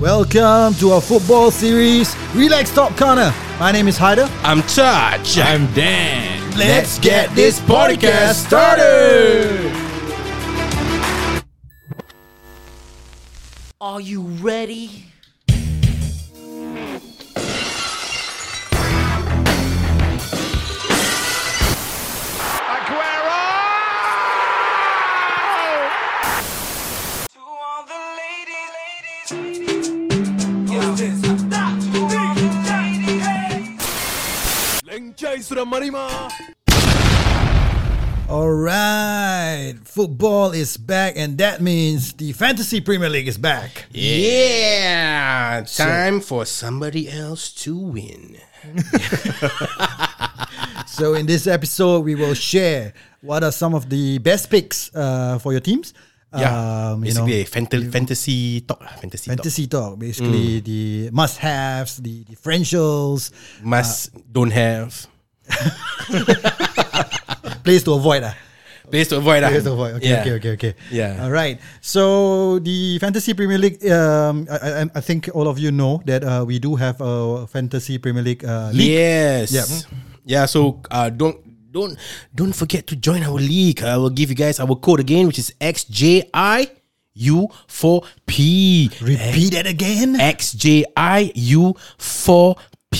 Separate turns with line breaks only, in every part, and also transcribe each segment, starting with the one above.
welcome to our football series. Relax, Top Connor. My name is Hyder.
I'm Touch.
I'm Dan.
Let's get this podcast started.
Are you ready?
To all the ladies, ladies, ladies. Yo. To all the ladies.
Lencai sudah marima.
All right, football is back, and that means the Fantasy Premier League is back.
Yeah. Time for somebody else to win.
So, in this episode, we will share what are some of the best picks uh, for your teams.
Yeah.
Um, you know,
Basically, a fanta- fantasy talk. lah, Fantasy,
fantasy
fantasy.
talk, basically the must-haves, the differentials,
talk. Must,
uh,
don't have.
place to avoid. ah.
Place to avoid. lah.
Place to avoid. Okay,
Yeah.
okay, okay, okay.
Yeah.
All right. So the Fantasy Premier League. Um, I, I, I think all of you know that uh, we do have a Fantasy Premier League uh, league.
Yes.
Yep.
Yeah. So uh, don't don't don't forget to join our league. I will give you guys our code again, which is XJIU4P.
Repeat that again.
XJIU4P.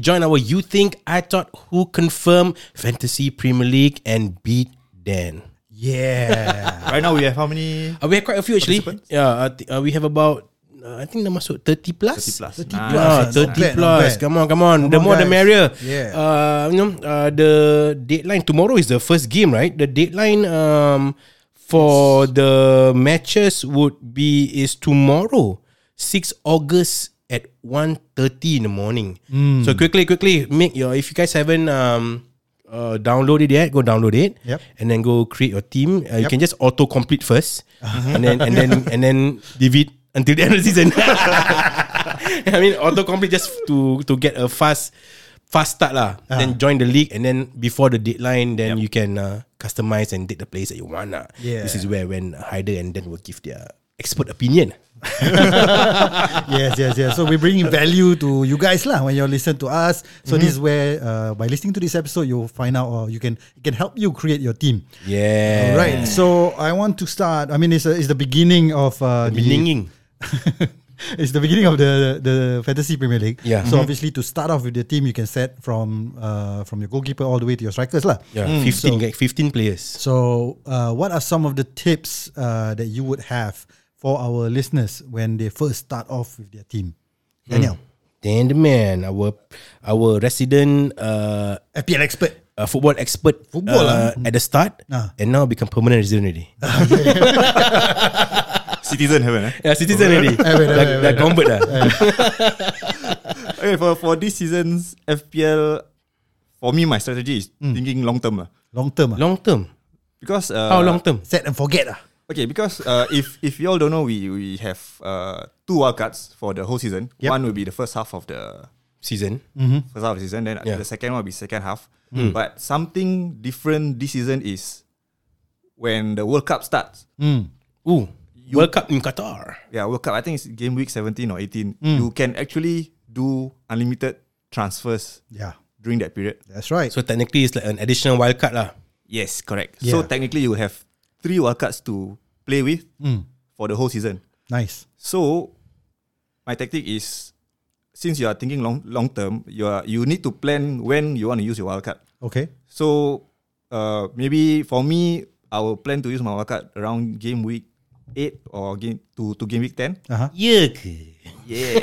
Join our You Think I Thought Who Confirm Fantasy Premier League and beat Dan.
Yeah.
Right now we have how many?
Uh, we have quite a few actually. Yeah, uh, th- uh, we have about uh, I think dah masuk 30 plus.
30 plus.
30
Ah,
plus.
Ah,
Not
30
bad, not
plus.
bad.
Come on, come on. the
on,
more the
guys.
merrier.
Yeah.
Uh, you know, uh, the deadline tomorrow is the first game, right? The deadline um for the matches would be is tomorrow, 6 August at 1.30 in the morning.
Hmm.
So quickly, quickly make your if you guys haven't um uh, download it yet, go download it.
Yep.
And then go create your team. Uh, You can just auto complete 1st And then and then and then leave it until the end of the season. I mean, autocomplete just to to get a fast fast start lah. Then join the league, and then before the deadline, then you can uh, customize and take the place that you want lah.
Yeah.
This is where when Haider and Dan will give their expert opinion.
yes, yes, yes. So we bring value to you guys lah when you listen to us. So this is
Mm-hmm.
where uh, by listening to this episode you'll find out or you can it can help you create your team.
Yeah.
All right. So I want to start. I mean, it's, a, it's the beginning of uh, the
Meaning.
it's the beginning of the the fantasy Premier League.
Yeah.
So obviously, to start off with the team, you can set from uh, from your goalkeeper all the way to your strikers lah.
Yeah, 15, guy- 15 players.
So, uh, what are some of the tips uh, that you would have for our listeners when they first start off with their team? Daniel,
Then the man, our our resident uh,
FPL expert.
uh, football expert
Football
uh, at the start,
Ah.
and now become permanent resident already.
Citizen haven't eh?
yeah, citizen already.
Eh, wait, wait,
Dah- Dah convert dah.
Okay, for, for this season's FPL, for me, my strategy is
Hmm.
thinking long term lah.
Long term, ah.
Long term.
Because uh,
How long term?
set and forget. ah.
Okay, because uh, if if you all don't know, we we have uh, two wild cards for the whole season. One will be the first half of the
Season.
first half of the season. Then
Hmm. Yeah. Hmm.
the second one will be second half. But something different this season is when the World Cup starts.
Hmm. Ooh, World Cup in Qatar.
Yeah, World Cup. I think it's game week seventeen or eighteen.
Hmm.
You can actually do unlimited transfers
Yeah,
during that period.
that's right.
So technically, it's like an additional wild card lah.
Yes, correct. So
Yeah.
technically, you have three wild cards to play with for the whole season.
nice.
So my tactic is since you are thinking long long term, you are you need to plan when you want to use your wildcard.
Okay.
So uh, maybe for me, I will plan to use my wildcard around game week eight or game to, to game week ten.
Yeah Ya ke?
Yeah,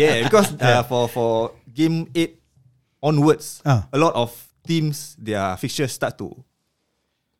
yeah, because uh, for for game eight onwards,
Ah.
a lot of teams their fixtures start to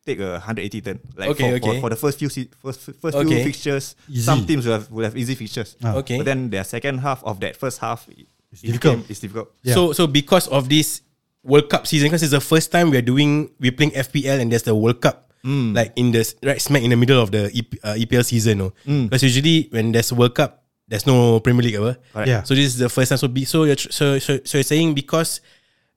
take a 180 turn. Like
Okay,
for, for-
okay.
For, the first few se- first first few
Okay.
fixtures,
Easy.
some teams will have will have easy fixtures.
Okay.
But then their second half of that first half it's
difficult.
It's difficult.
Yeah.
So so because of this World Cup season, because it's the first time we're doing we're playing FPL and there's the World Cup.
Mm.
Like in the right smack in the middle of the EP, uh, EPL season, no.
Mm.
Because usually when there's World Cup, there's no Premier League ever.
Correct.
Yeah.
So this is the first time. So be, so you're tr- so so so you're saying because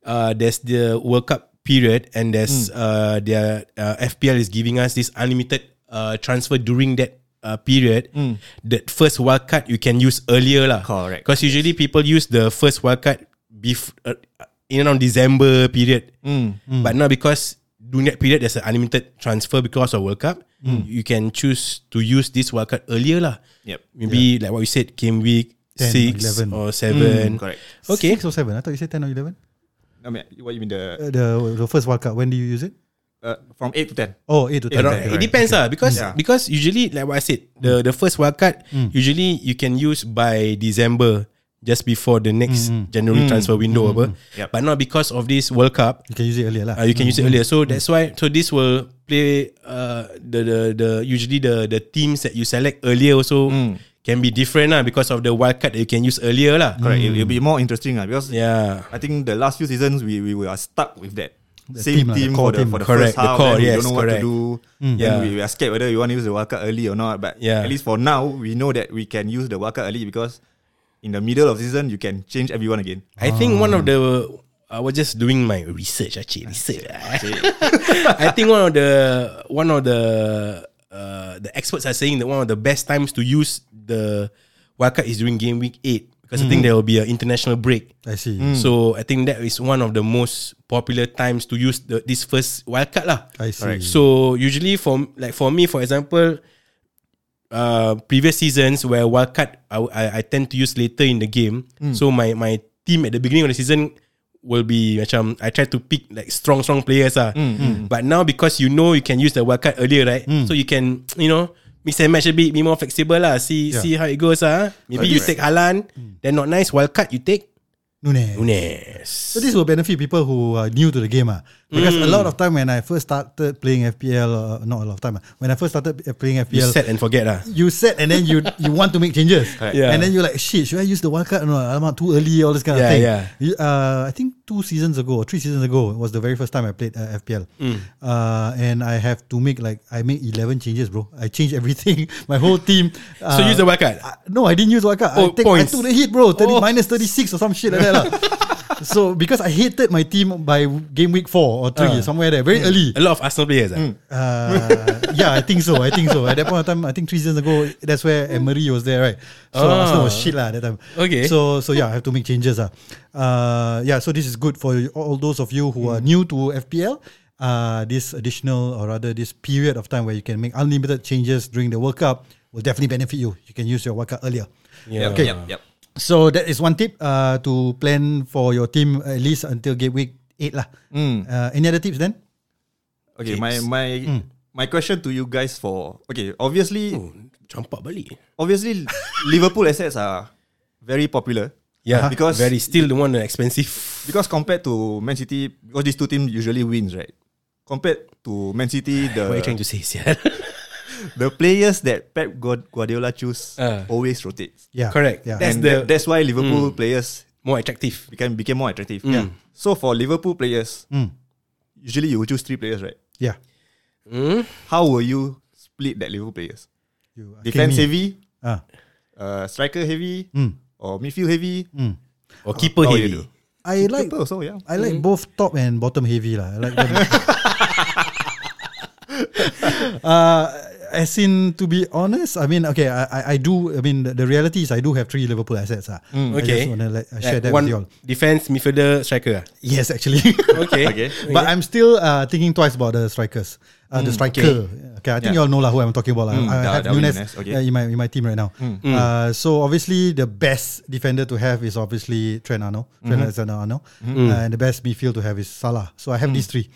uh, there's the World Cup period
Mm.
and there's uh, their uh, FPL is giving us this unlimited uh, transfer during that uh, period, the first wildcard you can use earlier lah.
Mm. Correct.
Because usually people use the first wildcard bef- uh, in around December period.
Mm,
But now because during that period there's an unlimited transfer because of World Cup, you can choose to use this wildcard earlier lah.
Mm. Yep.
Maybe like what we said, game week
10,
six
11.
or seven.
Mm, correct.
Okay.
Six or seven? I thought you said ten or eleven.
I mean, what you mean the
Uh, the the first World Cup. When do you use it?
uh, from eight to ten?
Oh, eight to ten.
Around-
Okay,
it
right.
depends lah because
Yeah. Mm.
because usually like what I said the the first wildcard usually you can use by December just before the
Mm,
next January transfer window apa.
Yup.
but not because of this World Cup
You can use it earlier lah.
uh, you can use it earlier so that's why so this will play uh, the the the usually the the teams that you select earlier also can be different lah because of the wildcard that you can use earlier lah
Correct. It, will be more interesting uh, because
yeah
I think the last few seasons we we were stuck with that.
team
Same
lah, the
team,
core
for the
team.
for the
Correct,
first
the
half.
core,
then we
yes,
don't know
correct. Mm,
what to do. Then
Yeah.
we we are scared whether you want to use the wildcard early or not. But
Yeah.
at least for now, we know that we can use the wildcard early because in the middle of season you can change everyone again.
I think one of the I was just doing my research actually research. I think one of the one of the uh, the experts are saying that one of the best times to use the wildcard is during game week eight because I think there will be an international break.
I see.
So I think that is one of the most popular times to use the, this first wildcard lah.
I see.
So usually for like for me, for example, uh, previous seasons where wildcard, I, I I tend to use later in the game.
Mm.
So my my team at the beginning of the season will be macam I try to pick like strong strong players ah.
Mm,
But now because you know you can use the wildcard earlier, right? So you can you know. Mix and match a bit, be more flexible lah. See
Yeah. Mm.
see how it goes ah. Maybe you take Halan, then not nice. Wildcard you take
Nunez.
Nunes.
So this will benefit people who are new to the game ah. Because a
Mm.
lot of time when I first started playing FPL, uh, not a lot of time, ah, when I first started uh, playing
you
FPL,
set and forget lah.
you set and then you you want to make changes.
Yeah.
And then you're like, shit, should I use the wildcard? No, I'm not too early, all this kind
Yeah,
of thing.
yeah.
You- Uh, I think two seasons ago or three seasons ago was the very first time I played uh, FPL.
Mm.
Uh, and I have to make like, I made 11 changes, bro. I changed everything, my whole team. uh,
So use the wildcard.
I- no, I didn't use Waka. I,
Oh,
take, I
points.
took the hit, bro. 30,
Oh.
Minus 36 or some shit like that. lah. so, because I hated my team by game week 4 or 3,
Ah.
somewhere there, very early.
A lot of Arsenal players
Hmm.
ah.
Uh, yeah, I think so. I think so. At that point of time, I think three seasons ago, that's where Emery was there, right? So
Ah.
Arsenal was shit lah at that time.
Okay.
So so yeah, I have to make changes ah. Uh, yeah. So this is good for all those of you who are new to FPL. Uh, this additional or rather this period of time where you can make unlimited changes during the World Cup will definitely benefit you. You can use your World Cup earlier.
Yeah.
Okay.
Yep. Yep.
So that is one tip uh, to plan for your team at least until game week eight lah.
Hmm.
Uh, any other tips then?
Okay.
Tips.
My my
Mm.
my question to you guys for okay. Obviously,
Oh. Campak balik.
obviously Liverpool assets are very popular. Uh-huh.
Yeah, because
Because-
very still the one that expensive.
Because compared to Man City, because these two teams usually wins, right? Compared to Man City,
What are you trying
the
to say, yeah?
the players that Pep Guard- Guardiola choose
Uh.
always rotates.
Yeah.
Correct.
Yeah.
That's
and
the Mm.
that- that's why Liverpool players
more attractive.
became became more attractive.
Mm.
Yeah. So for Liverpool players, usually you will choose three players, right?
yeah.
How will you split that Liverpool players?
You, uh,
Defense
came in.
heavy,
Ah.
uh, striker heavy, or midfield heavy.
Oh,
Or keeper
how
heavy.
you do?
I like
Keeper also,
Uh.
yeah.
I like both top and bottom heavy lah. I like them. uh, as in to be honest, I mean okay, I I, I do. I mean the, the reality is I do have three Liverpool assets. Ah, I
Mm. Okay.
just want to like, uh, share
Like
that
one
with you all.
defense midfielder striker. ah?
Yes, actually.
Okay.
Okay.
But I'm still uh, thinking twice about the strikers. Uh, the striker. Okay, I think you all know lah who I'm talking about. lah. I
Da-
have
Darwin
Nunes
Nunes, okay.
uh, in my in my team right now. Uh, so obviously the best defender to have is obviously Trent Arnold, Trent Alexander-Arnold, Uh, and the best midfield to have is Salah. So I have these three.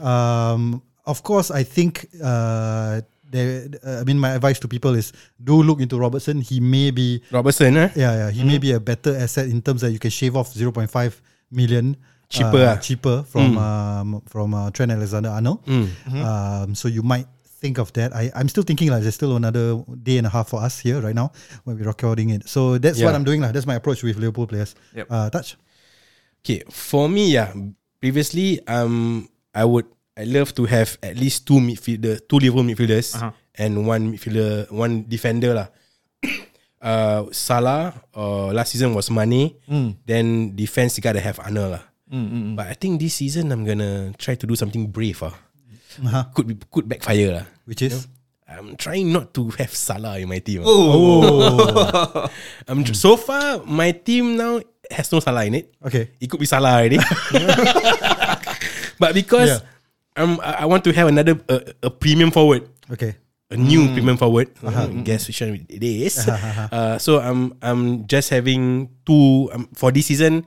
Um, of course, I think. Uh, there, uh, I mean, my advice to people is do look into Robertson. He may be
Robertson, eh?
yeah, yeah. He may be a better asset in terms that you can shave off 0.5 million
Cheaper,
uh,
ah.
cheaper from um, from uh, Trent Alexander Arnold.
Hmm.
Mm-hmm.
Um, so you might think of that. I, I'm still thinking like there's still another day and a half for us here right now when we're recording it. So that's what
Yeah.
I'm doing lah. That's my approach with Liverpool players.
Yep.
Uh, touch.
Okay. For me, yeah. Previously, um, I would I love to have at least two midfielder, two Liverpool midfielders, and one midfielder, one defender lah. uh, Salah uh, last season was Mane. Then defense you gotta have Arnold lah. But I think this season I'm gonna try to do something brave ah.
Uh-huh.
Could be could backfire lah.
Which is
I I'm trying not to have Salah in my team. ah.
Oh,
I'm tr- so far my team now has no Salah in it.
okay.
It could be Salah already. but because
Yeah.
um, I I want to have another uh, a, a premium forward,
Okay.
a new
Mm.
premium forward.
Uh-huh.
Mm-hmm. Guess which one it is. Uh, so I'm I'm just having two um, for this season.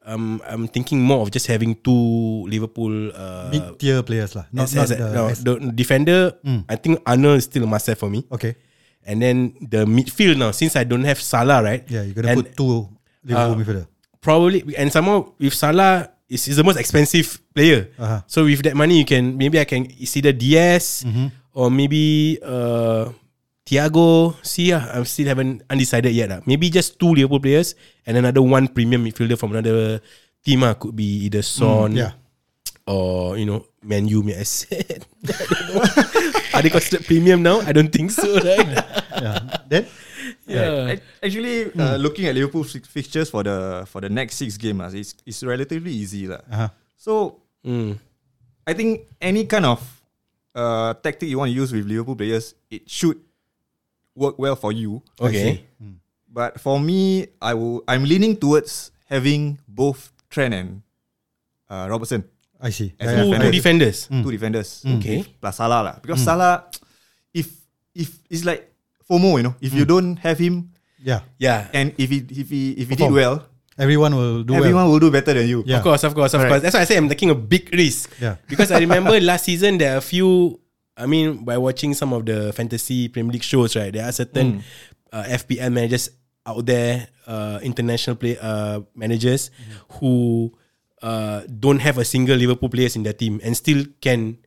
Um, I'm thinking more of just having two Liverpool uh,
Mid tier players lah. Not,
as-
not
as-
the,
no,
as- Mm.
the defender. I think Arnold is still a must have for me.
okay.
And then the midfield now, since I don't have Salah, right?
Yeah, you're gonna
and uh,
put two Liverpool midfielder.
probably and somehow with Salah is, is the most expensive player.
Uh-huh.
So with that money, you can maybe I can it's either DS
Mm-hmm.
or maybe uh Thiago. See, ah, I'm still haven't undecided yet. ah. Maybe just two Liverpool players and another one premium midfielder from another team. ah. could be either Son
Mm, Yeah.
or you know Man U. may I said, are they considered premium now? I don't think so, right?
Then
yeah.
Ac- Actually, uh, looking at Liverpool fi- fixtures for the for the next six games, uh, it's, it's relatively easy. lah.
Uh-huh.
So
Hmm.
Mm.
I think any kind of uh, tactic you want to use with Liverpool players, it should work well for you.
Okay.
But for me, I will I'm leaning towards having both Trent and uh, Robertson,
I see.
As
Yeah,
Two,
yeah,
two
I-
defenders.
Mm. Hmm.
two defenders.
Okay.
Plus Salah lah. Because Salah, if if it's like FOMO, you know, if
Hmm.
you don't have him
yeah.
Yeah.
and if he if he if he did
Perform.
well,
Everyone will do
everyone
well.
will do better than you.
Yeah.
Of course, of course, of course. That's why I say I'm taking a big risk.
Yeah.
Because I remember last season there are a few. I mean, by watching some of the fantasy Premier League shows, right? There are
Mm.
certain uh, FPL managers out there, uh, international play uh, managers
Mm-hmm.
who uh, don't have a single Liverpool players in their team and still can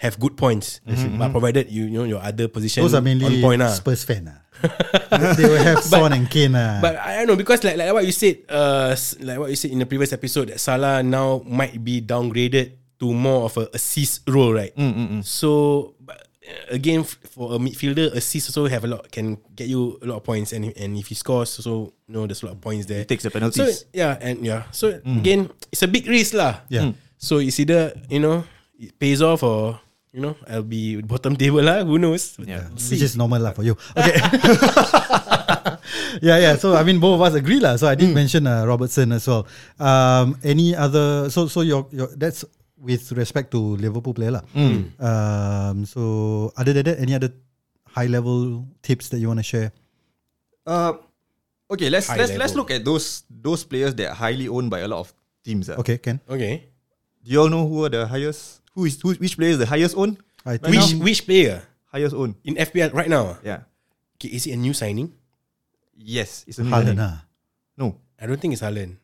have good points, but provided you, you know your other position
Mm-hmm. Those are mainly
on point. ah.
Spurs fan. ah. they will have Son and Kane. ah.
But I don't know because like, like what you said, uh, s- like what you said in the previous episode, that Salah now might be downgraded to more of a assist role, right?
Mm,
So but, uh, again, f- for a midfielder, assist also have a lot can get you a lot of points, and and if he scores, also you know there's a lot of points there.
takes the
so
penalties. Mm.
yeah, and yeah, so again, it's a big risk lah.
Yeah. Mm.
So it's either you know it pays off or. You know, I'll be bottom table lah. Who knows?
Yeah.
which is normal lah for you. Okay. yeah, yeah. So I mean, both of us agree lah. So I
Hmm.
did mention uh, Robertson as well. Um, any other? So so your your that's with respect to Liverpool player lah.
Hmm.
Um, so other than that, any other high level tips that you want to share?
Uh, okay, let's
High
let's
level.
let's look at those those players that are highly owned by a lot of teams. ah.
Okay, Ken.
Okay.
Do you all know who are the highest? Who is who, which player is the highest owned?
I think
Which which player
Highest owned.
in FPL right now? ah?
Yeah.
Okay, is it a new signing?
Yes, it's a
Haaland,
Milan.
ah.
No.
I don't think it's Haaland.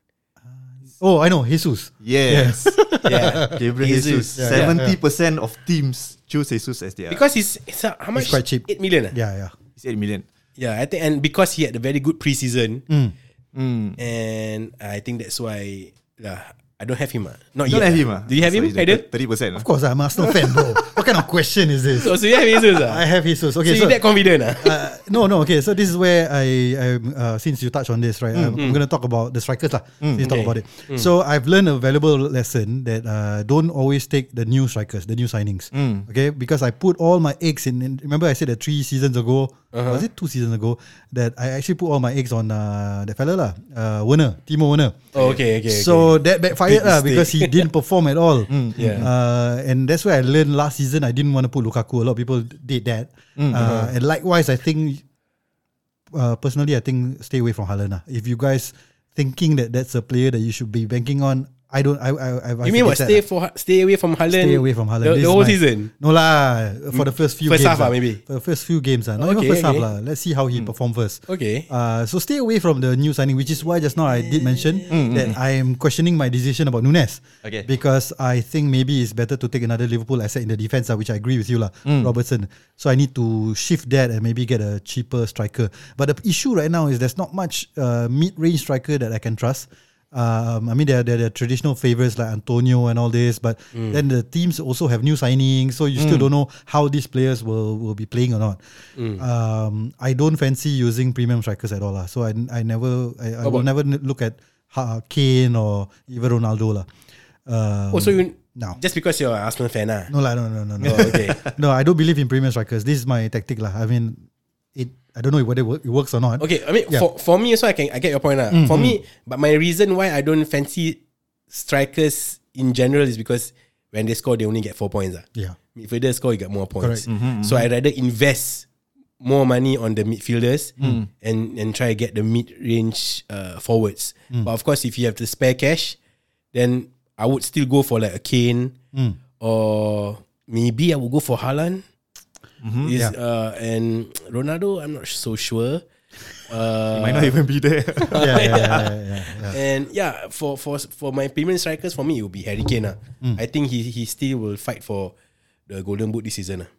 Oh, I know Jesus.
Yes.
Yeah.
Gabriel Jesus.
Jesus. Yeah,
Seventy percent of teams choose Jesus as their.
Because he's, it's uh, how much?
It's quite cheap.
8 million. ah?
Yeah, yeah.
it's eight million.
Yeah, I think and because he had a very good preseason
Mm.
Mm.
and I think that's why lah, I don't have him. ah. Not yet.
You don't have
ah.
him. ah.
Do you have
So
him?
it's
Haider?
like Thirty percent.
Of course, I'm Arsenal fan, bro. what kind of question is this?
So, so you have Jesus. ah?
I have Jesus.
so,
Okay,
you that confident? ah?
uh, no, no. Okay, so this is where I, I'm. Uh, since you touched on this, right? I'm, I'm going to talk about the strikers lah. since you talk
Mm, Okay. Mm.
about it. So I've learned a valuable lesson that uh, don't always take the new strikers, the new signings.
Mm.
Okay, because I put all my eggs in. in remember, I said that three seasons ago, was
Uh-huh.
it two seasons ago, that I actually put all my eggs on uh, that fella lah, uh, Werner, Timo Werner.
Oh, okay, okay. okay.
So that backfired lah
mistake. Mm,
because he didn't perform at all.
yeah.
Uh, and that's why I learned last season I didn't want to put Lukaku. A lot of people did that.
Mm, uh-huh.
Uh, and likewise, I think uh, personally, I think stay away from Haaland. lah. If you guys thinking that that's a player that you should be banking on, I don't. I I, I
you mean what? Stay
forget that
for Ha- stay away from
lah.
Haaland.
Stay away from Haaland.
The,
This
the
is
whole
my-
season.
No lah, for the first few
First
games
half
lah.
ah, maybe.
for the first few games ah, not even
Okay,
first half
okay. Mm.
lah. Let's see how he perform first.
Okay.
Uh, so stay away from the new signing, which is why just now I did mention that I am questioning my decision about Nunes.
Okay.
Because I think maybe it's better to take another Liverpool asset in the defense, uh, which I agree with you, lah, Robertson. So I need to shift that and maybe get a cheaper striker. But the issue right now is there's not much uh, mid-range striker that I can trust. Um, I mean, there are, there are traditional favorites like Antonio and all this, but then the teams also have new signings, so you still don't know how these players will, will be playing or not. Um, I don't fancy using premium strikers at all, lah. So I, I never, I, I uh, will never n- look at Ha- Kane or even Ronaldo, lah. Um,
oh, so you
now.
Just because you're an Arsenal fan, ah.
No, lah, no, no, no, no.
Oh, okay.
no, I don't believe in premium strikers. This is my tactic, lah. I mean, it. I don't know whether it wor- it works or not.
Okay, I mean
Yeah. Mm-hmm.
for for me also I can I get your point lah. For me, but my reason why I don't fancy strikers in general is because when they score they only get four points. Ah.
Yeah.
Midfielder score you get more points.
Correct. Mm-hmm,
so I rather invest more money on the midfielders
Mm.
and and try get the mid range uh, forwards.
Mm.
But of course, if you have the spare cash, then I would still go for like a Kane
Mm.
or maybe I would go for Haaland. Is
Mm-hmm. Yeah.
uh, and Ronaldo, I'm not so sure. Uh,
Might not even be there.
Yeah, yeah, yeah, yeah, yeah, yeah.
and yeah, for for for my premium strikers, for me it will be Harry Kane. ah. I think he he still will fight for the Golden Boot this season. ah.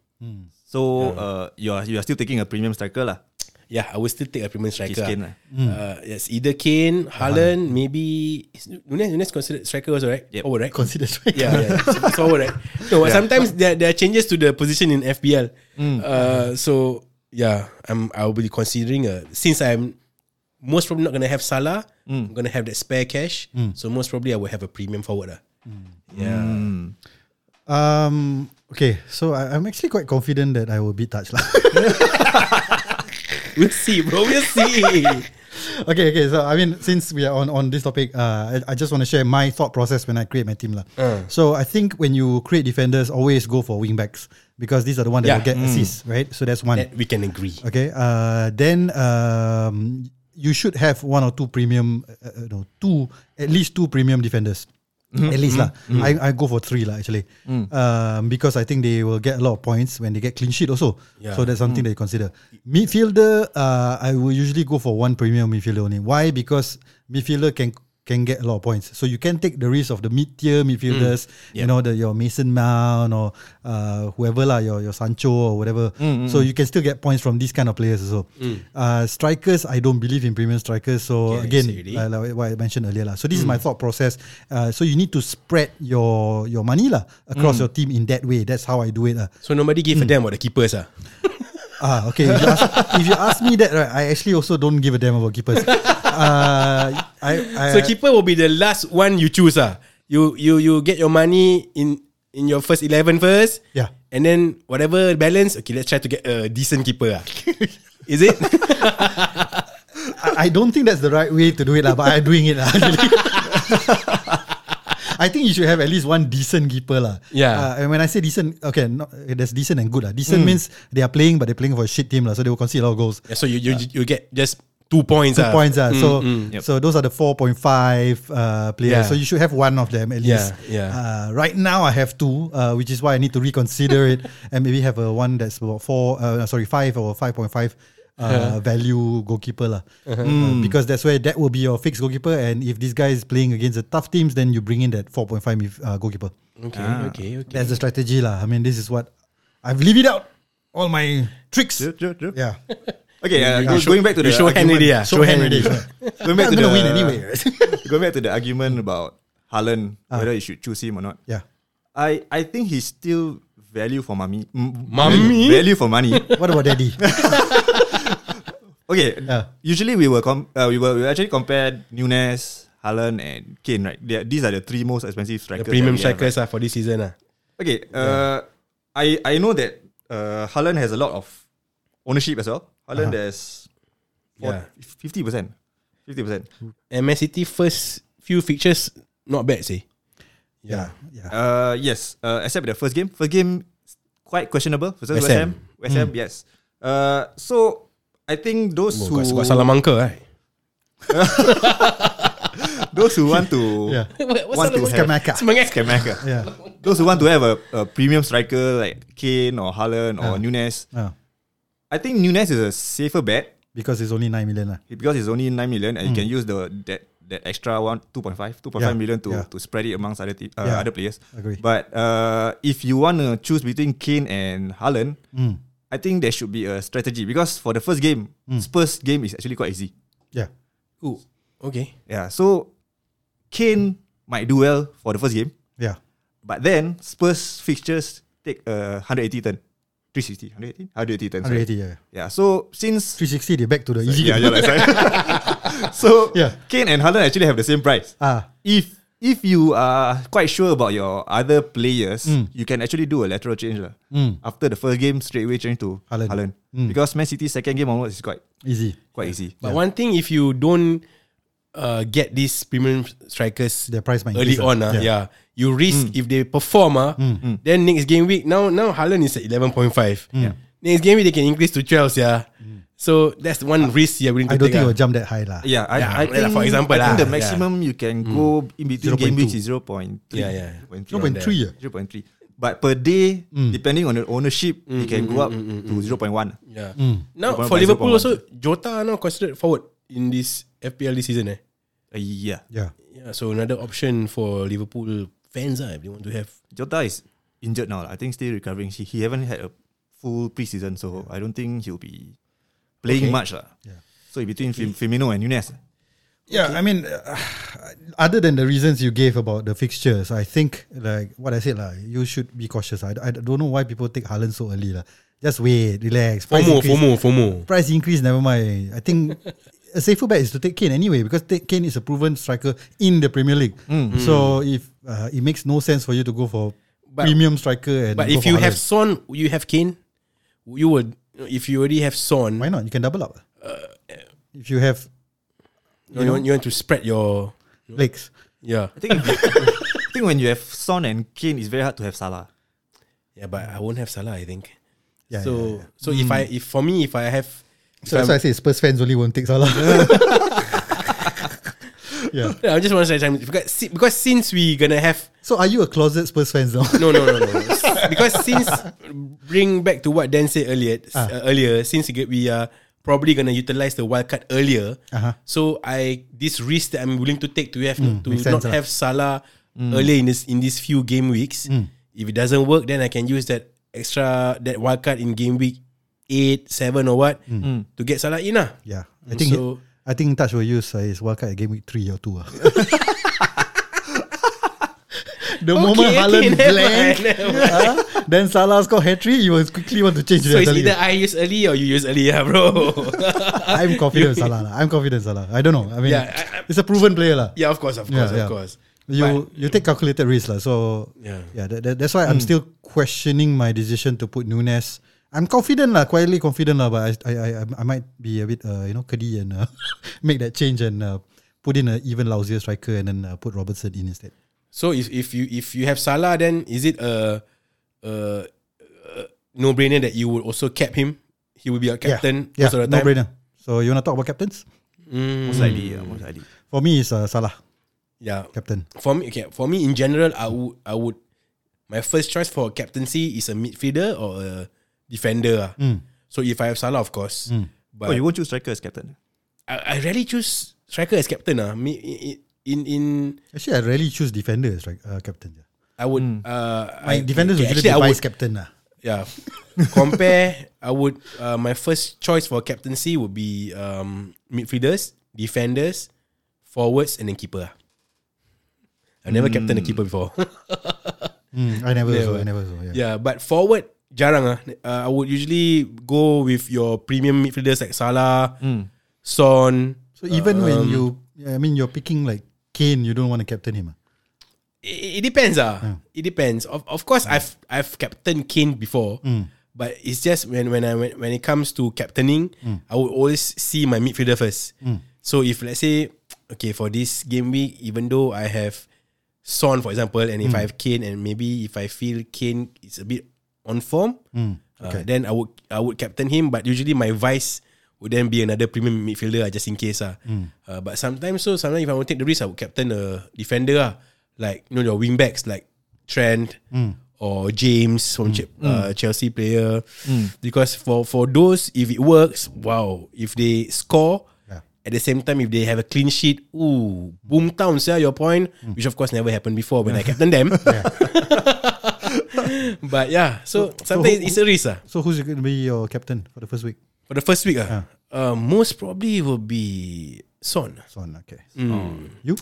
so uh, you are you are still taking a premium striker lah.
Yeah, I will still take a premium striker.
It's Kane
ah. Uh, yes, either Kane, Haaland, maybe is Nunes. Nunes considered striker also, right?
Yep.
Forward, right?
Consider striker.
yeah, yeah. It's forward, right? No, but sometimes there, there are changes to the position in FBL. Uh, so yeah, I'm I'll be considering uh since I'm most probably not gonna have Salah, I'm gonna have that spare cash. So most probably I will have a premium forward. ah. Yeah.
Hmm.
Um. Okay. So I, I'm actually quite confident that I will beat touch lah.
We'll see, bro. We'll see.
okay. Okay. So I mean, since we are on on this topic, uh, I, I just want to share my thought process when I create my team lah.
Uh.
So I think when you create defenders, always go for wing backs because these are the one that
Yeah. Mm.
will get assists, right? So that's one.
that we can agree.
Okay. Uh, then um, you should have one or two premium, uh, uh, no, two at least two premium defenders. At least lah, I, I go for three lah actually, um, because I think they will get a lot of points when they get clean sheet also.
Yeah.
So that's something that you consider. Midfielder, uh, I will usually go for one premium midfielder only. Why? Because midfielder can can get a lot of points, so you can take the risk of the mid tier midfielders.
Mm,
You know the your Mason Mount or uh, whoever lah, your your Sancho or whatever.
Mm,
So you can still get points from these kind of players also. Uh, strikers, I don't believe in premium strikers. So
Yeah,
again,
it's already- Mm.
like like what I mentioned earlier lah. So this is my thought process. Uh, so you need to spread your your money lah across
Mm.
your team in that way. That's how I do it lah.
So nobody give a damn about the keepers. ah.
Ah, okay. If you, ask, if you ask me that, right, I actually also don't give a damn about keepers. uh, I, I,
So keeper will be the last one you choose. Ah, You you you get your money in in your first 11 first.
Yeah.
And then whatever balance, okay, let's try to get a decent keeper. Ah, Is it?
I, I don't think that's the right way to do it, lah. But I'm doing it, lah. Actually. I think you should have at least one decent keeper, lah.
Yeah.
Uh, and when I say decent, okay, not, there's decent and good, lah. Decent means they are playing, but they're playing for a shit team, lah. So they will concede a lot of goals.
Yeah, so you you, you get just two points.
Two
ah.
points, ah. so
Yep.
so those are the four point five uh, players.
Yeah.
So you should have one of them at
Yeah,
least.
yeah.
Uh, right now I have two, uh, which is why I need to reconsider it and maybe have a one that's about four, uh, sorry, five or five point five. Uh, value goalkeeper lah,
Uh-huh.
Uh,
Mm.
because that's where that will be your fixed goalkeeper, and if this guy is playing against the tough teams, then you bring in that four point five uh, goalkeeper.
Okay, Ah, okay, okay.
That's the strategy lah. I mean, this is what I've levied out all my tricks.
Sure, sure, sure.
Yeah,
Okay, uh,
You
go-
show-
going back to
you
the
show hand
argument-
already. ah. Show hand already.
Going back
I'm
to
gonna
the
win anyway.
going back to the argument about Haaland,
Uh.
whether you should choose him or not.
yeah.
I I think he's still value for money.
Mummy?
value for money.
What about daddy?
Okay.
Yeah.
Usually we will com- uh, we will we will actually compare Nunes, Haaland, and Kane. Right. They are, these are the three most expensive
The
strikers.
premium
that we have,
strikers ah for this season. ah.
right? Okay. Uh, I I know that uh, Haaland has a lot of ownership as well. Haaland has
Uh-huh. Yeah.
fifty percent. Fifty percent.
And Man City first few fixtures not bad, say.
Yeah, yeah.
Uh, yes. Uh, except the first game. First game quite questionable versus
West
West
Ham. Hmm.
Ham. West Ham. Yes. Uh, so I think those
Oh,
who
got, got Salamanca, right?
those who want to
Yeah.
want to have
Scamacca.
Scamacca.
Yeah.
Those who want to have a, a premium striker like Kane or Haaland or Nunes,
Ah,
I think Nunes is a safer bet
because it's only 9 million. lah.
because it's only 9 million and you can use the that that extra one 2.5 2.5
Hmm. Yeah,
million to,
yeah.
to spread it amongst other te- uh,
Yeah,
other players.
agree.
But uh, if you want to choose between Kane and Haaland,
Hmm.
I think there should be a strategy because for the first game, Spurs game is actually quite easy.
Yeah.
Ooh, okay.
Yeah, so Kane might do well for the first game.
Yeah.
But then Spurs fixtures take a 180 turn. 360, 180? 180 turn. sorry.
180, yeah.
Yeah, so since
360, they back to the easy
yeah,
game.
you're like, sorry. so
Yeah.
Kane and Haaland actually have the same price.
Ah,
If if you are quite sure about your other players,
Mm.
you can actually do a lateral change lah. After the first game, straight away change to
Haaland. Mm.
Haaland. Because Man City's second game onwards is quite
Easy.
quite easy.
But one thing, if you don't uh, get these premium strikers
Their price might
early
increase,
on,
ah.
ah, yeah.
Yeah. Mm.
you risk if they perform, ah, then next game week, now now Haaland is at 11.5.
Mm.
Next game week, they can increase to 12, yeah. So that's one risk you're willing
I
to
don't
take.
think it
ah.
will jump that high lah.
Yeah, I,
Yeah,
I
like
think,
for example
I
lah,
think the
yeah. Mm.
maximum you can go in between game
0.2.
weeks is 0.3.
Yeah, yeah.
0.3
0.3.
yeah.
0.3. But per day, depending on the ownership,
Mm,
you can go up to 0.1.
Yeah.
Mm.
Now
Point
for
one,
Liverpool
point
also, Jota now considered forward in this FPL this season. Eh?
Uh, yeah.
Yeah.
Yeah, so another option for Liverpool fans ah, if they want to have.
Jota is injured now. lah. I think still recovering. He, he haven't had a full preseason, so I don't think he'll be playing
Okay.
much. lah.
Yeah.
So in between Fir- Firmino and Nunes.
Yeah, I mean, uh, other than the reasons you gave about the fixtures, I think like what I said lah, you should be cautious. I, I don't know why people take Haaland so early lah. Just wait, relax. Price
FOMO,
increase-
FOMO, FOMO.
Price increase, never mind. I think a safer bet is to take Kane anyway because take Kane is a proven striker in the Premier League.
Hmm.
So if uh, it makes no sense for you to go for
But-
premium striker and
But
go
if
for
you
Haaland.
have Son, you have Kane. You would if you already have Son,
why not? You can double up.
Uh,
if you have
you, want, you want to spread your
legs,
yeah
I think, if you- I think when you have Son and Kane, it's very hard to have Salah.
yeah. But I won't have Salah. I think.
yeah.
so
yeah, yeah.
so if I if for me if I have if
So that's why I
I'm,
say Spurs fans only won't take Salah. yeah.
Yeah, I just want to say something because si- because since we gonna have
So are you a closet Spurs fans now?
No, no, no, no. S- because since bring back to what Dan said earlier,
Ah.
s- uh, earlier since we get- we are probably gonna utilize the wildcard earlier,
Uh-huh.
so I this risk that I'm willing to take to have to
makes
not
sense, Mm. ah.
have Salah earlier in this in these few game weeks.
Mm.
If it doesn't work, then I can use that extra that wildcard in game week eight, seven, or what
Mm.
to get Salah in. Ah.
yeah. I think
So-
I think Touch will use uh, his World Cup at game week three or two. ah. the moment Haaland
never
blank,
mind, never mind.
ah, then Salah score hat trick, you will quickly want to change.
So
the
it's
tell you.
either I use early or you use early, ah, bro.
I'm confident Salah. lah. I'm confident Salah. I don't know. I mean,
Yeah, I- I-
it's a proven player lah.
yeah, of course, of course, of course.
You you take calculated risk lah. So
Yeah.
that, that- that's why I'm still questioning my decision to put Nunes. I'm confident lah, quietly confident lah, but I I I, I might be a bit uh, you know kadi and uh, make that change and uh, put in an even lousier striker and then uh, put Robertson in instead.
So if if you if you have Salah, then is it a, a, no brainer that you would also cap him? He will be our captain
yeah,
most of the
no
time.
brainer. So you wanna talk about captains?
Mm.
Most likely, yeah, most likely.
For me, it's uh, Salah
Yeah.
captain.
For me, okay. For me, in general, I would I would my first choice for captaincy is a midfielder or a defender. ah.
Hmm.
So if I have Salah, of course, but
Oh, you won't choose striker as captain.
I, I rarely choose striker as captain. Ah, me in- in in
Actually, I rarely choose defenders like uh, captain. Yeah.
I would uh
Hmm. My
I,
defenders
okay,
usually
actually,
the
I would
vice captain lah.
yeah. Compare, I would uh, my first choice for captaincy would be um, midfielders, defenders, forwards, and then keeper. I've never captained a keeper before.
Mm, I never, so I never, so yeah.
yeah, but forward jarang ah. Uh, I would usually go with your premium midfielders like Salah, Son.
So even when you, I mean, you're picking like Kane, you don't want to captain him. ah?
It, it depends ah. It depends. Of of course, I've I've captained Kane before. But it's just when when I when, when it comes to captaining, I would always see my midfielder first. So if let's say okay for this game week, even though I have Son for example, and if I have Kane, and maybe if I feel Kane is a bit on form, uh, then I would I would captain him. But usually my vice would then be another premium midfielder ah, just in case ah. Uh, but sometimes so sometimes if I want to take the risk, I would captain a defender ah, like you know your wing backs like Trent or James from Che- uh, Chelsea player. Because for for those, if it works, wow. If they score,
Yeah.
at the same time, if they have a clean sheet, ooh, boomtown, sir, your point, which of course never happened before when I captain them. but yeah, so, sometimes
who-
it's a risk ah.
So who's going to be your captain for the first week?
For the first week, ah, uh, most probably will be Son.
Son, okay. Oh. You?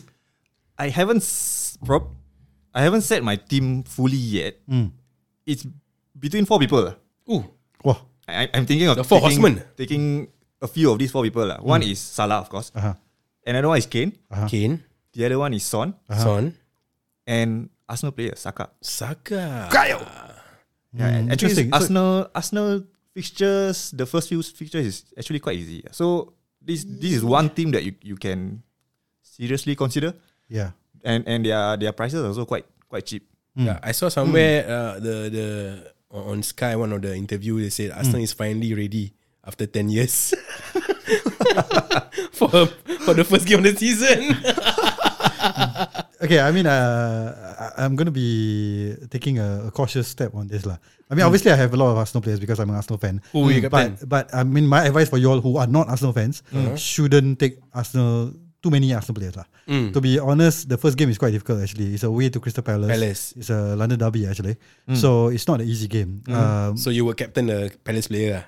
I haven't s- prob- I haven't set my team fully yet.
Hmm.
It's between four people. lah.
Ooh,
Wow.
I, I'm thinking of
The four
taking,
horsemen.
taking a few of these four people.
Hmm.
lah. One is Salah, of course.
Uh-huh.
Another one is Kane.
Kane,
The other one is Son.
Son,
and Arsenal player Saka.
Saka.
Kyle. Yeah, and actually
Hmm, Interesting. So-
Arsenal Arsenal fixtures the first few fixtures is actually quite easy. So this this is one team that you, you can seriously consider,
Yeah.
and and their their prices are also quite quite cheap.
Yeah, I saw somewhere uh, the the on on Sky one of the interview they said Arsenal is finally ready after ten years for for the first game of the season.
Okay, I mean, uh, I- I'm going to be taking a, a cautious step on this. lah. I mean, obviously, I have a lot of Arsenal players because I'm an Arsenal fan. Hmm,
Who Hmm. you
but,
captain?
but I mean, my advice for you all who are not Arsenal fans
Hmm. Uh-huh.
shouldn't take Arsenal, too many Arsenal players. lah.
Hmm.
To be honest, the first game is quite difficult, actually. It's away to Crystal Palace.
Palace. Hmm.
It's a London derby, actually. So it's not an easy game. Um,
so you were captain the Palace player. ah? lah.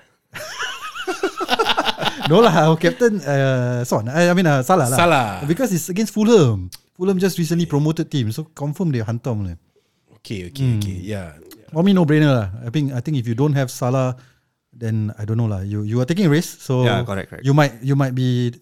no lah, our captain uh, Son. I, I mean, uh, Salah lah.
Salah.
Because it's against Fulham. Fulham just recently promoted team, so confirm they hantam. Leh.
Okay, okay, okay. Yeah.
For me, no brainer lah. I think I think if you don't have Salah, then I don't know lah. You you are taking a risk, so
Yeah, correct, correct.
You might you might be,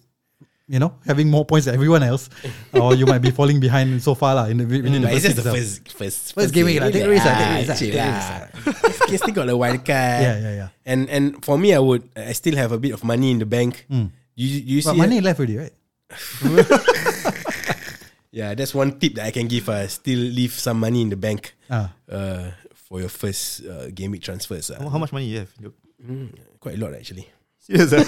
you know, having more points than everyone else, or you might be falling behind so far lah. In the, within the
Mm, But it's
first
just the
six rounds.
first first
First game week lah. Take risk lah, take risk lah,
chill
take
lah. Still- Still got the wild card.
Yeah, yeah, yeah.
And and for me, I would I still have a bit of money in the bank. You you
But
see,
money left already, right?
yeah, that's one tip that I can give. Uh, still leave some money in the bank.
Ah.
Uh, for your first uh, game week transfers.
How,
Oh.
Uh,
how much money you have? Yo.
quite a lot actually.
Serious, ah?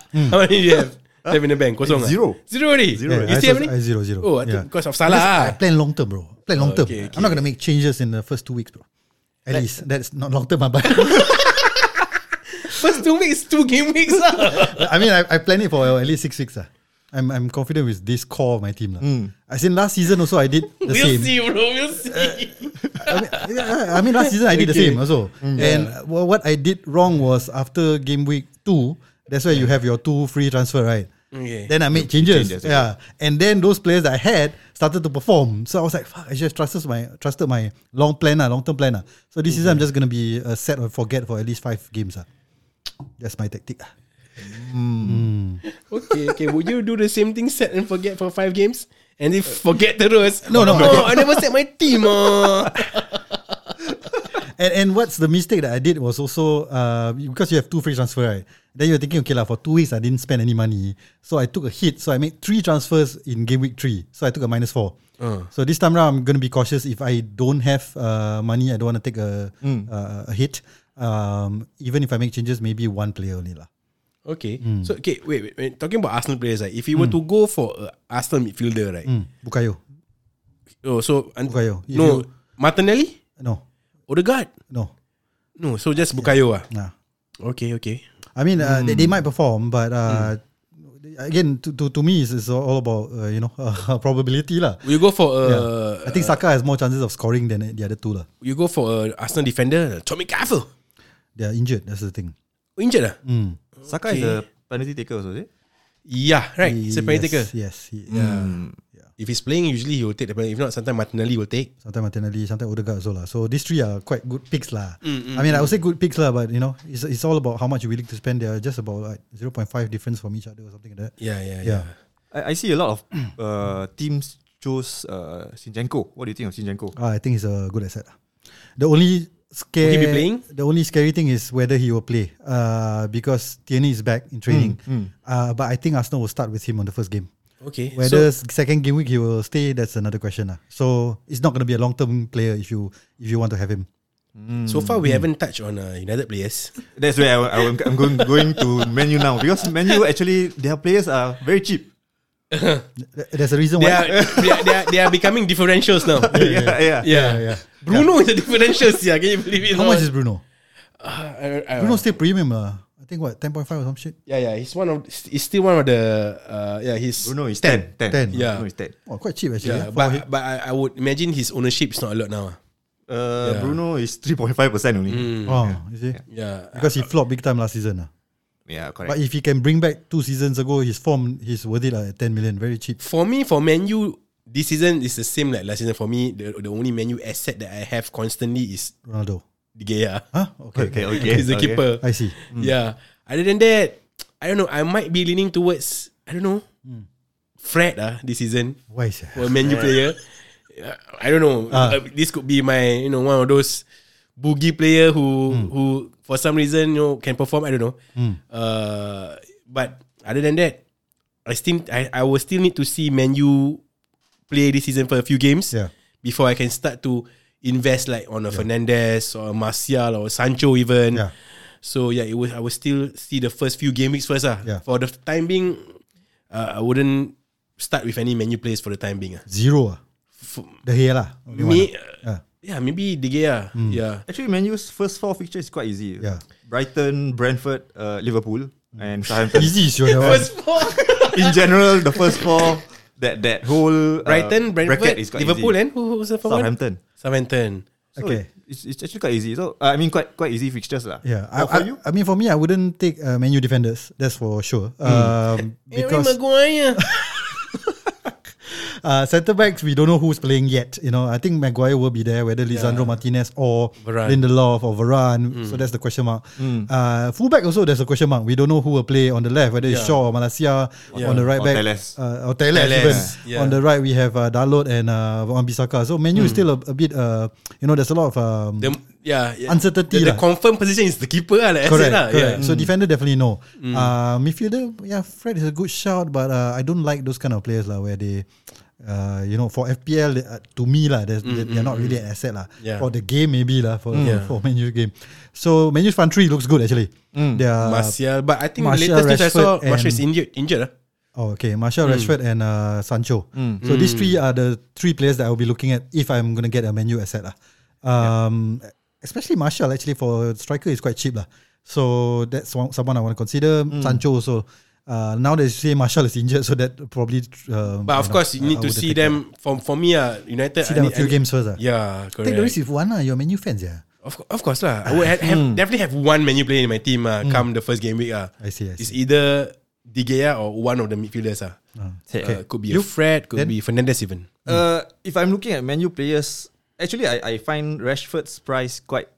How many do you have? Have in the bank? Kosong. ah?
Zero.
Zero already. Zero. You
I
still have
also-
any?
I Hmm. zero zero.
Oh, I think
yeah.
because of Salah. ah.
I plan long term, bro. Plan long term.
Okay, okay.
I'm not gonna make changes in the first two weeks, bro. At least that's not long term, ah, but
First two weeks, two game weeks. ah.
I mean, I, I plan it for at least six weeks. Ah, I'm, I'm confident with this core of my team. lah.
Hmm.
I seen last season also I did the
we'll
same.
see, bro. We'll see.
I mean, yeah, I mean, last season I did the
Okay.
same also.
Mm.
And wha- what I did wrong was after game week two, that's where you have your two free transfer, right?
Okay.
Then I made changes.
Changes, okay.
yeah. And then those players that I had started to perform. So I was like, fuck, I just trusted my trusted my long plan, long term plan. ah. So this season I'm just gonna be a set or forget for at least five games. ah. That's my tactic. ah.
okay, okay. Would you do the same thing, set and forget for five games? And if forget the rules?
No, no,
Oh, I never set my team. ah.
And and what's the mistake that I did was also uh, because you have two free transfer, right? Then you're thinking, okay, lah, for two weeks I didn't spend any money. So I took a hit. So I made three transfers in game week three. So I took a minus four. So this time around I'm gonna be cautious. If I don't have uh, money, I don't wanna take a uh, a hit. Um, even if I make changes, maybe one player only. lah.
Okay.
Hmm.
So okay, wait, wait, wait. Talking about Arsenal players, right? If you were to go for a Arsenal midfielder, right?
Mm. Bukayo.
Oh, so and-
Bukayo. If
no,
you-
Martinelli,
No.
Odegaard.
No.
No, so just Bukayo. Ah.
Nah.
Okay, okay.
I mean, uh, they, they might perform, but uh, again, to, to, to me, it's, it's all about uh, you know probability lah.
You go for a
I think Saka has more chances of scoring than the other two lah.
you go for a Arsenal defender, Tommy Cavill.
They are injured. That's the thing.
Injured ah?
Saka is a penalty taker also, is it?
Yeah, right. It's a penalty taker.
Yes. yes he-
If he's playing, usually he will take the penalty. If not, sometimes Martinelli will take.
Sometimes Martinelli, sometimes Odegaard also lah. So these three are quite good picks lah.
Mm,
I mean, I would say good picks lah, but you know, it's, it's all about how much you're willing to spend. They are just about like 0.5 difference from each other or something like that.
Yeah, yeah,
Yeah.
yeah.
I, I see a lot of uh, teams chose uh, Sinchenko. What do you think of Sinchenko?
Ah, I think it's a good asset. lah. The only scary
Will he be playing?
the only scary thing is whether he will play. Uh, because Tierney is back in training.
Mm,
Uh, but I think Arsenal will start with him on the first game.
Okay.
Whether s-
so,
second game week he will stay, that's another question. lah. So it's not going to be a long term player if you if you want to have him.
so far we haven't touched on uh, United players.
That's where I, am I'm going going to menu now because menu actually their players are very cheap.
Th- There's a reason
They
why.
are, they, are, they, are, they are becoming differentials now.
Yeah, yeah.
Yeah, yeah. Bruno is a differentials. Yeah, can you believe it? Uh,
How
or
much
not?
is Bruno?
I- I- I-
Bruno still premium. Uh, I think what 10.5 or some shit.
Yeah, yeah. He's one of. He's still one of the. Uh, yeah, he's.
Bruno is 10. 10.
10.
Yeah.
Bruno is 10.
Oh, quite cheap actually. eh,
Yeah,
for him.
but but I, I would imagine his ownership is not a lot now. ah.
Uh, Bruno is 3.5% only.
Mm.
oh, you see?
Yeah.
Because he flopped big time last season. ah.
Yeah, correct.
But if he can bring back two seasons ago, his form, he's worth it lah at 10 million. Very cheap.
For me, for Menu, this season is the same like last season. For me, the, the only Menu asset that I have constantly is
Ronaldo.
De Gea.
Huh? Okay.
okay, okay.
He's the
okay.
keeper.
I see. Hmm.
Yeah. Other than that, I don't know. I might be leaning
Hmm.
towards I don't know Fred ah this season
Why is that?
for a menu player. uh, I don't know.
Ah.
Uh, this could be my you know one of those boogie player who
Hmm.
who for some reason you know can perform. I don't know. Uh, but other than that, I still I, I will still need to see Menu play this season for a few games
Yeah.
before I can start to invest like on a Fernandez or Martial or Sancho even.
Yeah.
So yeah, it was I will still see the first few game weeks first. Ah.
Yeah.
For the time being, uh, I wouldn't start with any menu players for the time being. Ah.
Zero ah.
F-
The hair lah. Okay,
Me,
Yeah.
uh, yeah, maybe De Gea.
Hmm.
Yeah.
Actually, Manu's first four fixtures is quite easy.
Yeah. Mm.
Brighton, Brentford, uh, Liverpool,
mana?
and Southampton.
Easy sure that one.
First Oh, four.
In general, the first four, that that whole uh,
Brighton, Brentford,
bracket is quite
Liverpool,
easy.
and who who was the fourth one?
Southampton.
Southampton.
So
Okay.
Oh, It's, it's actually quite easy. So uh, I mean, quite quite easy fixtures lah.
Yeah, I,
But for
I, Mm.
you,
I mean, for me, I wouldn't take uh, menu defenders. That's for sure. Um,
Harry
because
Maguire.
uh, centre backs, we don't know who's playing yet. You know, I think Maguire will be there, whether Lisandro Martinez or
Varane.
Lindelof or Varane. So that's the question mark. Uh, fullback also, there's a question mark. We don't know who will play on the left, whether it's Shaw or Malasia on the right
Or
back
Telles.
Uh, or Teles.
Telles,
even.
yeah.
On the right, we have uh, Dalot and uh, Wan Bissaka. So menu is still a, a bit. Uh, you know, there's a lot of. Um,
the, yeah, yeah.
Uncertainty
The, the
lah.
confirmed position is the keeper lah.
Correct,
Like correct. Mm. Lah.
correct.
Yeah.
So defender definitely no. Uh, midfielder, yeah, Fred is a good shout, but uh, I don't like those kind of players lah where they, uh, you know, for FPL they- uh, to me lah, there's- they, they're not really an asset lah.
Mm-hmm. Yeah.
For the game maybe lah for
Yeah.
for Menu game. So Menu's front three looks good actually.
Mm.
They are
Martial, but I think
Hmm. Martial,
the latest news I saw,
Rashford
Martial is
and-
injured. Injured. ah.
oh, okay, Martial, Rashford, and uh, Sancho. So these
Hmm.
three are the three players that I'll be looking at if I'm gonna get a Menu asset lah. Um, especially Martial actually for striker is quite cheap lah. So that's one, someone I want to consider. Sancho also. Uh, now that you say Martial is injured, so that probably. Um,
But of
know,
course, you
I-
need
I
to
wouldn't
see
take them.
them. From for me, uh, United.
See
I
them a
need- I
few
need-
games first. Yeah,
Yeah, correct.
take the risk with one. Uh, your menu fans, yeah.
Of, co- of course lah. I would have, have definitely have one menu player in my team uh, come the first game week. Uh.
Mm. I see, I
It's
see. Ah,
either De Gea or one of the midfielders. Uh. Uh, could be a Fred, could
Then-
be Fernandez even.
uh, if I'm looking at Menu players, actually I, I find Rashford's price quite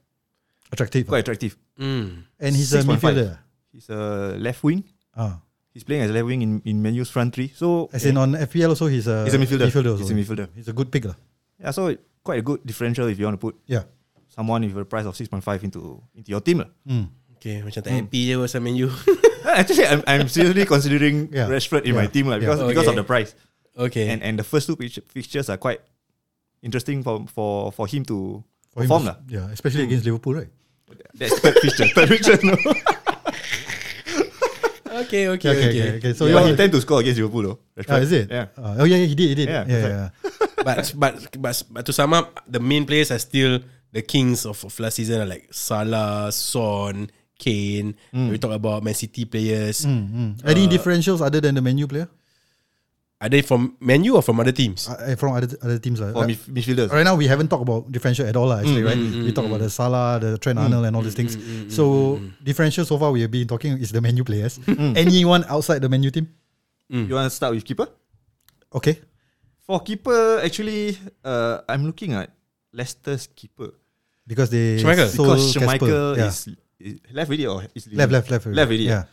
Attractive.
quite attractive. Mm.
and he's a
6.5.
midfielder.
He's a left wing.
Ah,
He's playing as left wing in, in Menu's front three. So
as in on FPL also, he's a
he's a midfielder.
also.
He's a midfielder.
He's a good pick. lah.
Yeah, so quite a good differential if you want to put
Yeah.
someone with a price of 6.5 into into your team. lah.
Mm.
Okay, macam tak happy je pasal Man U.
Actually, I'm, I'm seriously considering
Yeah.
Rashford in
Yeah.
my team lah because,
Yeah.
because of
Okay.
the price.
okay.
And and the first two fix- fixtures are quite interesting for for, for him to
For him
perform.
to-
lah.
Yeah, especially against Liverpool, right?
That's third fixture. Third fixture, no.
okay, okay,
Okay,
okay,
okay, okay. So
but
you're-
he tend to score against Liverpool though.
Ah,
Rashford.
is it?
Yeah.
Ah, oh yeah, yeah, he did, he did. Yeah,
Yeah,
yeah. yeah.
but, but but but to sum up, the main players are still the kings of, of last season are like Salah, Son, Kane.
Mm.
We talk about Man City players.
Hmm,
Uh,
Any differentials other than the menu player
Are they from Man U or from other teams?
uh, uh, from other other teams? Uh,
For Mm, midf- midfielders.
right now we haven't talked about differential at all, lah, actually, right? we talk about the Salah, the Trent
Mm,
Arnold, and all these things. so differential so far we have been talking is the menu players.
Hmm.
Anyone outside the menu team?
You want to start with keeper?
Okay.
For keeper, actually, uh, I'm looking at Leicester's keeper
Because they
Schmeichel.
sold
because
Kasper.
Schmeichel
Yeah.
is, is left already or is leaving?
left, left, left,
left already.
Yeah,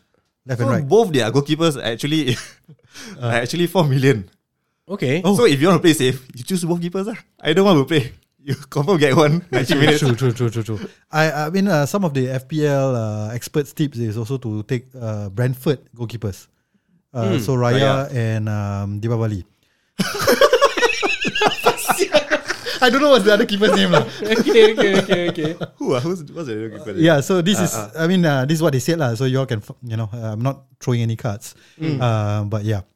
left
So
and right. Uh.
both their goalkeepers are actually are actually four million.
Okay.
Oh.
So if you want to play safe, you choose both keepers lah. I don't want to play. You confirm get one 90 minutes.
True, true, true, true, true. I, I mean, uh, some of the FPL uh, experts' tips is also to take uh, Brentford goalkeepers. Uh, so Raya, and um, Dibabali. I don't know what's the other keeper's name. lah.
okay, okay, okay, okay.
Who ah? Who's what's the other keeper? there?
Yeah, so this is, I mean, uh, this is what they said. lah. So you all can, f- you know, uh, I'm not throwing any cards. Uh, but yeah,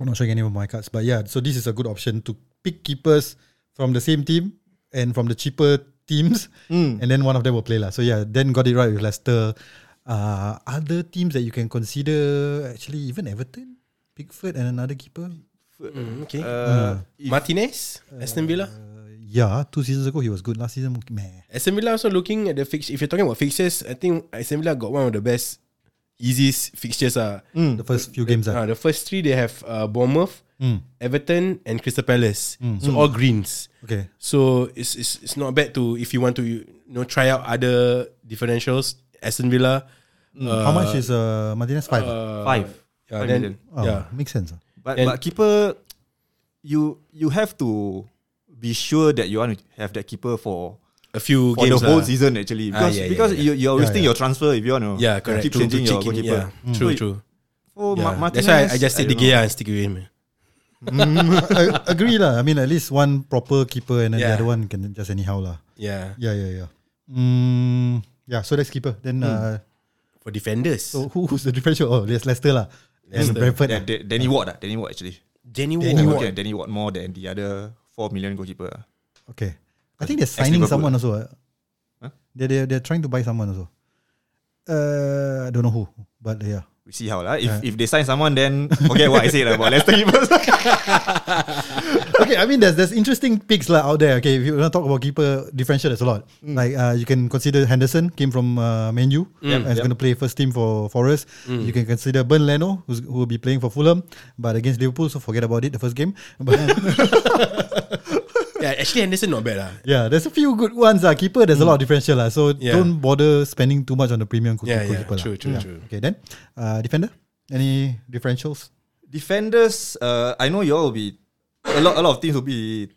I'm not showing any of my cards. But yeah, so this is a good option to pick keepers from the same team and from the cheaper teams. And then one of them will play. lah. So yeah, then got it right with Leicester. Uh, other teams that you can consider, actually, even Everton, Pickford, and another keeper.
Mm, okay.
Uh, if-
Martinez, Aston Villa.
Uh, Yeah, two seasons ago, he was good. Last season, meh.
Aston Villa also looking at the fix. If you're talking about fixtures, I think Aston Villa got one of the best, easiest fixtures. Uh.
the
Mm.
first few games. ah.
Uh, the first three they have uh, Bournemouth,
Mm.
Everton, and Crystal Palace. So all greens.
Okay.
So it's, it's it's not bad to if you want to you know try out other differentials. Aston Villa,
How much is uh, Martinez? Five. ah?
five.
yeah,
Five
then,
million.
Oh,
yeah,
Makes sense. ah.
But,
Then-
but keeper, you you have to be sure that you want to have that keeper for
A few
Oh. for
games
the whole
lah.
season actually
Ah,
because
yeah, yeah,
because
yeah.
you you're wasting your transfer if you want to
Yeah, correct.
keep
True,
changing
to
your
check in,
goalkeeper.
Yeah. True,
So,
true.
Oh,
Yeah.
Ma- Martinez,
That's why I just take the
don't know.
gear and stick with him.
I, I agree lah. I mean, at least one proper keeper and then
Yeah.
the other one can just anyhow lah.
Yeah.
Yeah, yeah, yeah. Mm, yeah, so that's keeper. Then uh,
Hmm. For defenders.
so who, who's the differential? Oh, yes, Leicester lah. And
Leicester.
Brentford.
Yeah,
lah.
Da- Danny Ward ah, Danny Ward actually.
Danny Ward.
Danny Ward. Danny Ward more than the other four million goalkeeper. ah.
Okay. I think they're signing
Liverpool.
someone also. Uh.
Huh?
They're, they're, they're trying to buy someone also. Uh, I don't know who, but yeah.
We see how lah. If if they sign someone, then forget what I said lah about Leicester keepers.
okay, I mean there's there's interesting picks lah out there. Okay, if you want to talk about keeper differential, there's a lot.
Mm.
Like uh, you can consider Henderson came from uh, Man U and is going to play first team for Forest. You can consider Bern Leno who's, who will be playing for Fulham, but against Liverpool, so forget about it the first game. But
Yeah, actually Henderson not bad ah. lah.
yeah, there's a few good ones. Uh. keeper there's a lot of differential lah. So
Mm. Yeah.
don't bother spending too much on the premium goal-
Yeah, yeah.
goalkeeper. lah.
True, true, true.
Okay, then uh, defender. Any differentials?
Defenders, uh, I know you all will be a lot. A lot of teams will be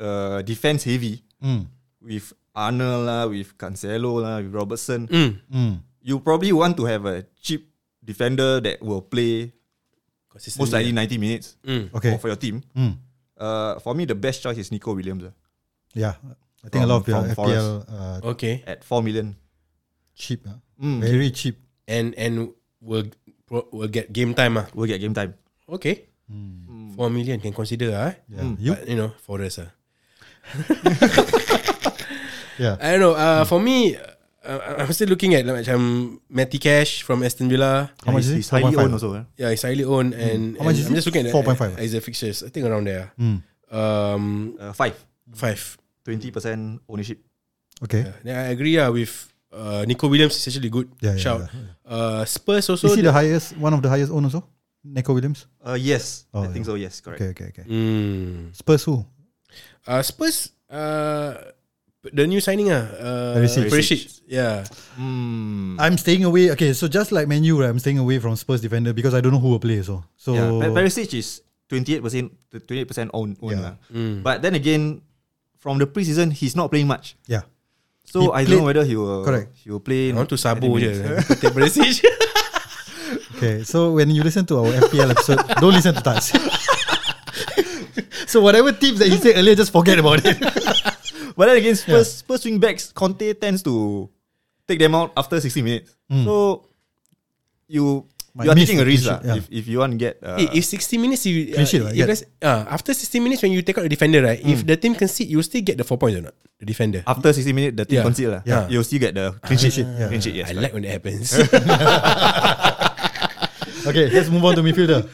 uh, defense heavy
Mm,
with Arnold lah, with Cancelo lah, with Robertson.
Mm.
mm.
You probably want to have a cheap defender that will play
Consistently.
most likely ninety minutes
Okay.
for- for your team.
Mm.
Uh, for me, the best choice is Nico Williams lah,
Yeah, I think a
From-
lot of your
from
FPL uh,
Okay.
at four million.
cheap, uh,
Mm,
very cheap.
And and will will get game time ah.
Will get game time.
Okay. Four million can consider ah.
Yeah, you.
But, you know, Forest ah.
Yeah.
I don't know. Uh, For me, uh, I'm still looking at like, macam Matty Cash from Aston Villa.
How much is it?
he's, he's highly
4.5.
owned also. eh.
Yeah, it's highly owned and,
Hmm. How much
and
is
I'm
it?
just looking at
4.5.
At, at the uh, fixtures. I think around there.
Hmm.
Um,
Uh, five.
five.
20% ownership.
Okay.
Yeah. Then I agree uh, with uh, Nico Williams. Is actually good
Yeah, yeah,
shout.
yeah,
Uh, Spurs also.
Is he the highest, one of the highest owners? also? Nico Williams?
Uh, yes,
Oh,
I think
yeah.
so. Yes, correct.
Okay, okay, okay.
Hmm.
Spurs who?
Uh, Spurs. Uh, the new signing ah. Uh,
Perisic.
Perisic. Yeah.
Mm.
I'm staying away. Okay, so just like Menu, right, I'm staying away from Spurs defender because I don't know who will play. So, so
Yeah, Pa- Perisic is 28% 28% own, own
Yeah.
lah.
Hmm.
But then again, from the preseason, he's not playing much.
yeah.
So
He
I don't know
played-
whether he will
Correct.
he will
I
play.
want to
90
sabo je.
minutes.
Take Perisic.
Okay, so when you listen to our FPL episode, don't listen to Taj. so whatever tips that he said earlier, just forget about it.
But then again, Spurs Spurs wing backs Conte tends to take them out after 60 minutes.
Hmm.
So you
Might
you are
miss
taking a
the
risk
clean
lah
sheet, yeah.
if, if you want to get uh,
Eh, if 60 minutes you, uh,
Clean sheet, right?
if
Yeah.
let's- uh, after 60 minutes when you take out the defender right if the team concede you still get the 4 points or not the defender
after 60 minutes the
Yeah.
team concede lah.
Yeah.
You'll still get the clean sheet.
yeah.
Clean sheet,
I
yes. correct.
like when it happens
Okay, let's move on to midfielder.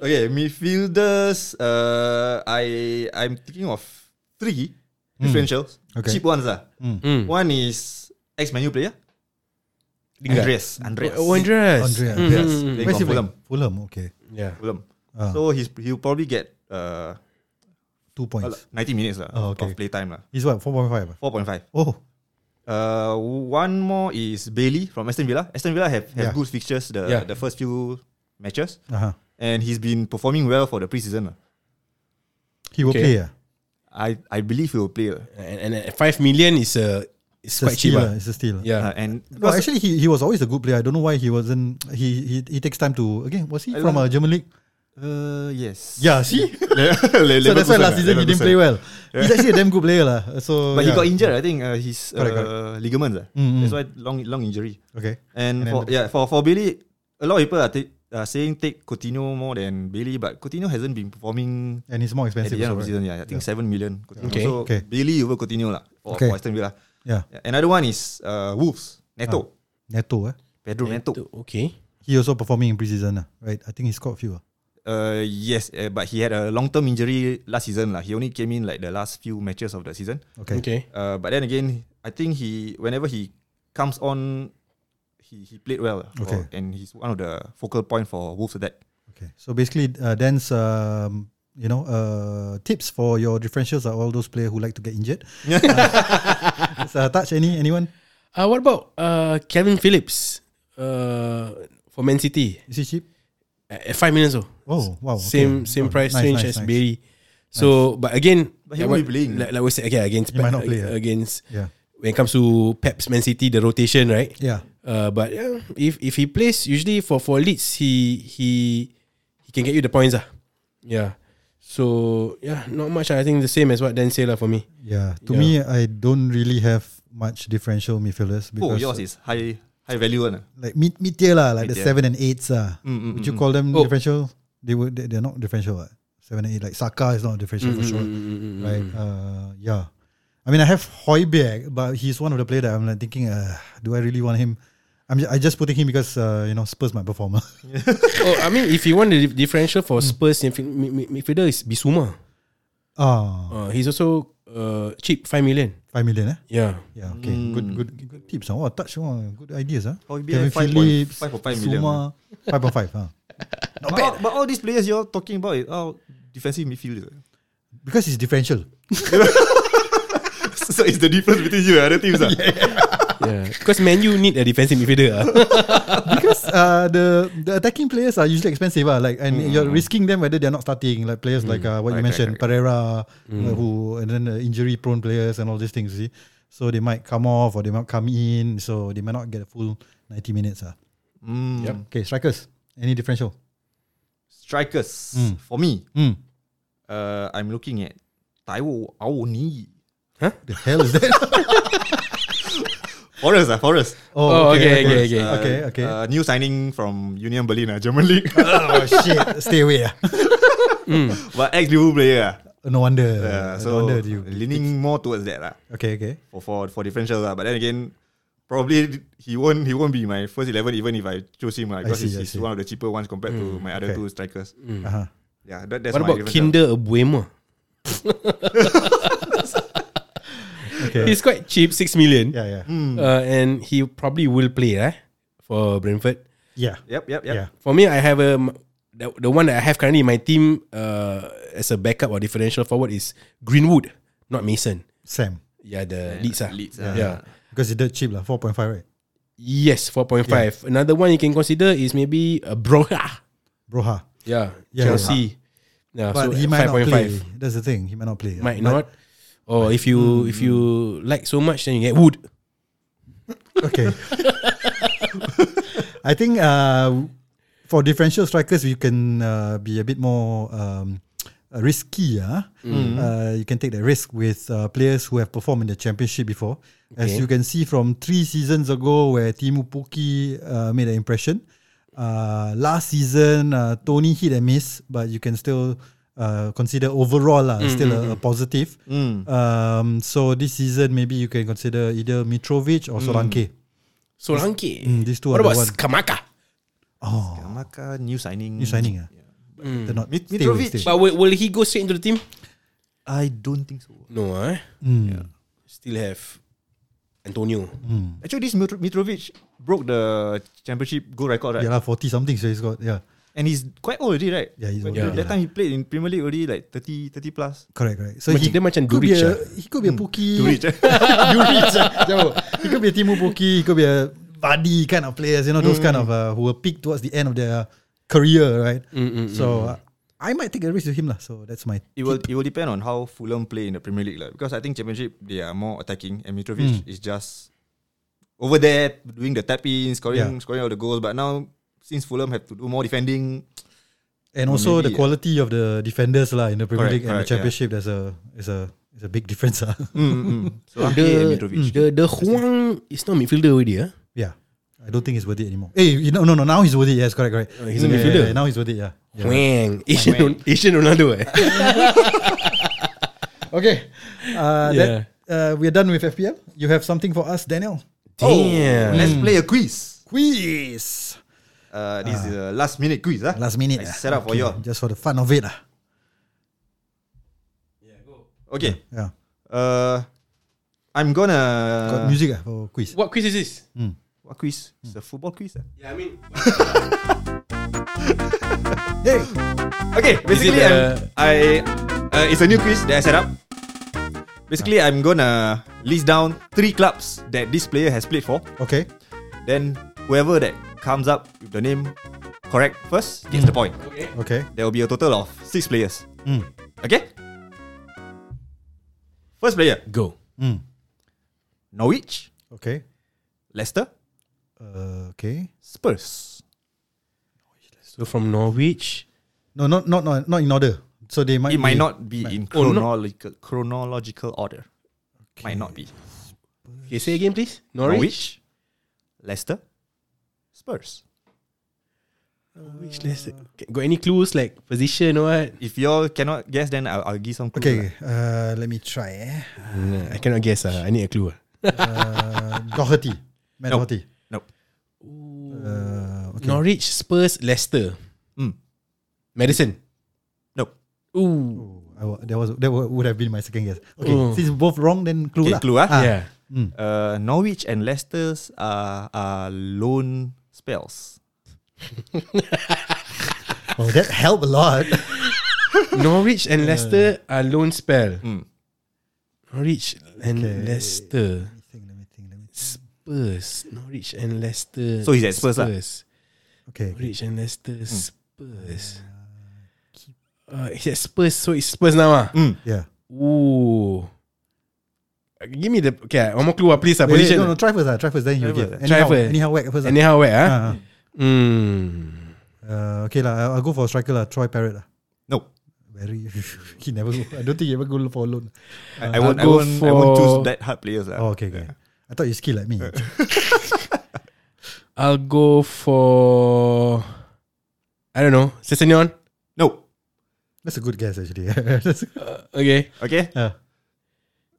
Okay, midfielders. Uh, I I'm thinking of three differentials.
Hmm. Okay. Hmm.
Cheap ones lah.
Mm.
One is ex menu player Andreas. Andreas.
oh Andreas
Andrea.
Mm,
Andreas.
mm, mm, mm.
They
Where's he
from
playing?
Fulham.
Fulham, okay.
yeah
Fulham.
Ah.
So he's he'll probably get uh
Two points.
90 minutes lah
Oh, okay.
of play time lah.
He's what, 4.5?
4.5.
Oh,
Uh, one more is Bailey from Aston Villa. Aston Villa have,
Yeah.
have good fixtures the
Yeah.
the first few matches,
uh-huh.
and he's been performing well for the preseason. lah.
he will
Okay.
play. ah.
I I believe he will play. lah.
and, and at 5 million is uh, it's
It's a
quite cheap
steal. ah,
ah.
It's a steal.
yeah
Uh, and
No,
because-
actually, he, he was always a good player. I don't know why he wasn't. He he, he takes time to again. Was he
I
from a
don't-
German league?
Uh, yes.
Yeah, see.
Le-
so that's why
Leverkusen,
last season he didn't play
Leverkusen.
well. He's actually a damn good player lah. So
But
yeah.
he got injured. I think uh, his uh,
Correct,
ligaments. ah.
Mm,
That's why long long injury.
Okay. And
And, for
then-
yeah for for Bailey, a lot of people are, take, are saying take Coutinho more than Bailey, but Coutinho hasn't been performing
And he's more
at
expensive.
the end
also,
of the
right?
season. Yeah, I think seven million. Coutinho.
Okay.
So
Okay.
Bailey over Coutinho lah for,
Okay.
for Aston Villa.
Yeah.
Yeah. Another one is uh, Wolves. Neto.
Neto, eh?
Pedro Neto.
okay
he also performing in preseason, ah, right? I think he scored a few. ah.
Uh, yes, uh, but he had a long term injury last season lah. He only came in like the last few matches of the season.
Okay.
okay
Uh, but then again, I think he whenever he comes on, he, he played well. lah.
Okay.
For- and he's one of the focal point for Wolves attack.
Okay. So basically, uh, Dan's um, you know uh, tips for your differentials are all those players who like to get injured. uh, so, touch any anyone?
uh, what about uh, Kevin Phillips uh, for Man City
Is he cheap?
at 5 million so
Oh, wow, okay.
same same
Oh,
price
nice,
range
nice,
as
nice.
Bailey so but again
But he won't
what-
be playing.
Like, like we said, again, against
He might not play, yeah.
against
Yeah.
when it comes to Pep's Man City, the rotation, right?
Yeah.
Uh, but yeah, if if he plays, usually for for Leeds, he he he can get you the points, ah. Yeah. So yeah, not much. ah. I think the same as what Dan said lah for me.
Yeah. To
Yeah.
me, I don't really have much differential midfielders
oh,
because uh,
yours is high high value one. ah.
like mid mid tier lah, like the
Mid-tier. Mm,
seven and eights ah. would you call them
Oh.
differential? They would. They, they're not differential. What? Seven and eight. Like Saka is not differential
Mm,
for sure. Right. Uh, yeah. I mean, I have Hoiberg, but he's one of the player that I'm like thinking, uh, do I really want him? I'm ju- I just putting him because uh, you know Spurs my performer.
oh, I mean, if you want the dif-
Hmm.
differential for Spurs midf- mid- mid- midfielder is Bisuma.
Ah,
Uh, he's also uh, cheap five million.
five million. Eh?
Yeah.
Yeah. Okay. Good. Good. Good tips. Huh? Oh, touch. Oh, good ideas. Huh?
Mm. Hoiberg,
Kevin
5.5
Phillips.
5.5 million,
Suma, Five point five. Huh?
But all, but all these players you're talking about is all defensive midfielder.
Because it's differential.
so it's the difference between you and other teams. ah.
Yeah. Because Manu need a defensive midfielder. ah.
because uh, the the attacking players are usually expensive, uh, like, and you're risking them whether they're not starting, like players like uh, what you
Mm. Right, Mm.
mentioned, Pereira, uh, who and then the injury prone players and all these things. You see, so they might come off or they might come in, so they might not get a full ninety minutes. Uh.
Mm.
Yep.
Okay, strikers, any differential?
Strikers
Mm.
for me.
Mm.
Uh, I'm looking at Taiwo Aoni.
The hell is that?
Forest, ah, Forest.
Oh, okay, okay, okay.
okay, okay. okay.
Uh, new signing from Union Berlin, ah, German league.
oh shit! Stay away. ah.
but ex Liverpool player. ah.
No wonder.
Uh,
no
so
wonder you.
leaning more towards that lah
Okay, okay.
for for for differential lah. But then again, probably he won't he won't be my first eleven even if I choose him lah because
see, I
he's, he's
see.
one of the cheaper ones compared to my other
okay.
two strikers.
Uh-huh.
Yeah, that, that's
Hmm, What about
my differential.
Kinder Abuema?
Okay.
He's quite cheap, six million.
yeah, yeah,
Hmm.
Uh, and he probably will play, eh? For Brentford.
yeah.
Yep, yep, yep.
Yeah.
For me, I have a m- the, the one that I have currently in my team uh, as a backup or differential forward is Greenwood, not Mason.
Sam,
Yeah, the Leeds. ah.
Leeds, ah.
yeah.
because it's dirt cheap lah, four point five, right?
Yes, 4.5. Another one you can consider is maybe a Broha.
Broha.
Yeah,
Yeah,
Chelsea. Yeah,
But
so
he
at
might not
5.5.
play. That's the thing. He might not play.
Might
But-
not. Or if you if you like so much, then you get Wood.
Okay. I think uh, for differential strikers, you can uh, be a bit more um, uh, risky. ah. Uh, you can take the risk with uh, players who have performed in the championship before. As
Okay.
you can see from three seasons ago, where Timu Puki uh, made an impression. Uh, last season, uh, Tony hit and miss, but you can still uh, consider overall lah still a, a positive. Um, so this season, maybe you can consider either Mitrovic or Solanke.
Solanke.
Mm, these two
what
are the
about
one.
Skamaka?
Oh,
Kamaka, new signing.
new signing. ah. They're not
Mit-
stay away,
Mitrovic.
stay away.
But will, will he go straight into the team?
I don't think so.
No, eh?
Mm.
Still have Antonio.
Actually, this Mitro- Mitrovic broke the championship goal record, right?
Yeah, lah, 40 something, so he's got, yeah,
And he's quite old already, right?
Yeah, he's
But
old
already,
That
yeah.
time he played in Premier League already, like 30, 30 plus.
correct, correct. So
Macam-
he
dia macam
could be
Duric,
a,
ah.
he could be a Puki.
Duric, eh?
Duric, ah, jauh. He could be a Timu Puki, he could be a Vadi kind of players, you know,
Hmm.
those kind of, uh, who were peaked towards the end of their career, right?
Hmm,
So, uh, I might take a risk with him, lah. so that's my
It will it will depend on how Fulham play in the Premier League, lah. Because I think Championship they are more attacking, and
Hmm.
Mitrovic is just over there doing the tap in, scoring,
Yeah.
scoring all the goals. But now since Fulham have to do more defending,
And
Or
also the
maybe,
quality of the defenders lah in the Premier
Correct,
League and the
correct,
Championship.
yeah.
There's a is a is a big difference. ah.
so and
The,
Hmm.
Mitrovic.
the the Huang is not midfielder already, eh?
yeah, I don't think he's worth it anymore. Hey, you know, no, no, now he's worth it. Yes, correct, correct.
he's
Yeah,
a midfielder.
yeah, yeah, now he's worth it. Yeah. Yeah.
Huang. Asian, Ron- Asian Ronaldo, eh?
Okay, uh, that,
Yeah.
uh, we're done with FPL. You have something for us, Daniel?
Oh,
Damn.
let's play a quiz.
Quiz.
Uh, this is a last minute quiz, ah.
Last minute.
I
ah.
set up for
Okay,
you.
Just for the fun of it. ah.
Okay.
Yeah.
Uh, I'm gonna
Got music ah for quiz.
What quiz is this?
What quiz? It's a football quiz.
Hmm.
ah.
Yeah, I mean,
Hey.
Okay, basically,
it
I'm- I uh, it's a new quiz that I set up. Basically, I'm gonna list down three clubs that this player has played for.
Okay.
Then whoever that comes up with the name correct first gets the
Hmm.
point.
Okay. Hmm.
There will be a total of six players.
Mm.
Okay. First player,
Go.
Norwich,
Okay.
Leicester,
Uh, okay.
Spurs.
So from Norwich.
No, not not not not in order. So they might.
It might
be-
not be in
Oh, no.
chronological chronological order. Might not be.
Okay, say again, please. Norwich.
Norwich, Leicester, Spurs. Uh,
Norwich. Leicester. Okay, Got any clues like position or what?
If y'all cannot guess, then I'll, I'll give some clues.
Okay. Uh, let me try. Eh.
Nah, I cannot guess. Uh, I need a clue. ah.
Uh, Doherty. Matt
No.
Doherty.
No.
Uh, okay.
Norwich, Spurs, Leicester.
Mm.
Madison.
No.
Ooh.
Oh, I wa- that was that wa- would have been my second guess. Okay,
Oh.
since both wrong, then clue
Okay,
lah.
clue ah.
Ah,
Yeah.
Uh, Norwich and Leicester's are, are loan spells.
Oh, that helped a lot.
Norwich and Leicester are loan spell.
Hmm.
Norwich and
Okay.
Leicester.
Let me think, let me think, let me think.
Spurs. Norwich and Leicester.
So he's at Spurs ah? Hmm. lah.
Okay,
Norwich and Leicester. Spurs. Uh, he's at Spurs. So it's Spurs now. ah.
yeah.
Ooh. Uh, Give me the okay. One more clue, ah, please. ah,
Wait, wait,
position.
no, no, try first. Ah, try first, then you
Try
give.
first.
Anyhow,
Try first.
anyhow, whack first. ah.
Anyhow, where? Ah.
Ah, ah.
Hmm.
Uh, okay lah, I'll, I'll go for striker lah. Troy Parrott lah.
No.
Very, he never. Go, I don't think he ever go for a loan.
I, I, won't, I,
I'll go
won't, I won't
for-
choose that hard players. ah. lah.
Oh, okay, okay. I thought you skill like me.
I'll go for I don't know. Sessegnon.
No.
That's a good guess actually. That's,
Okay.
Okay.
uh,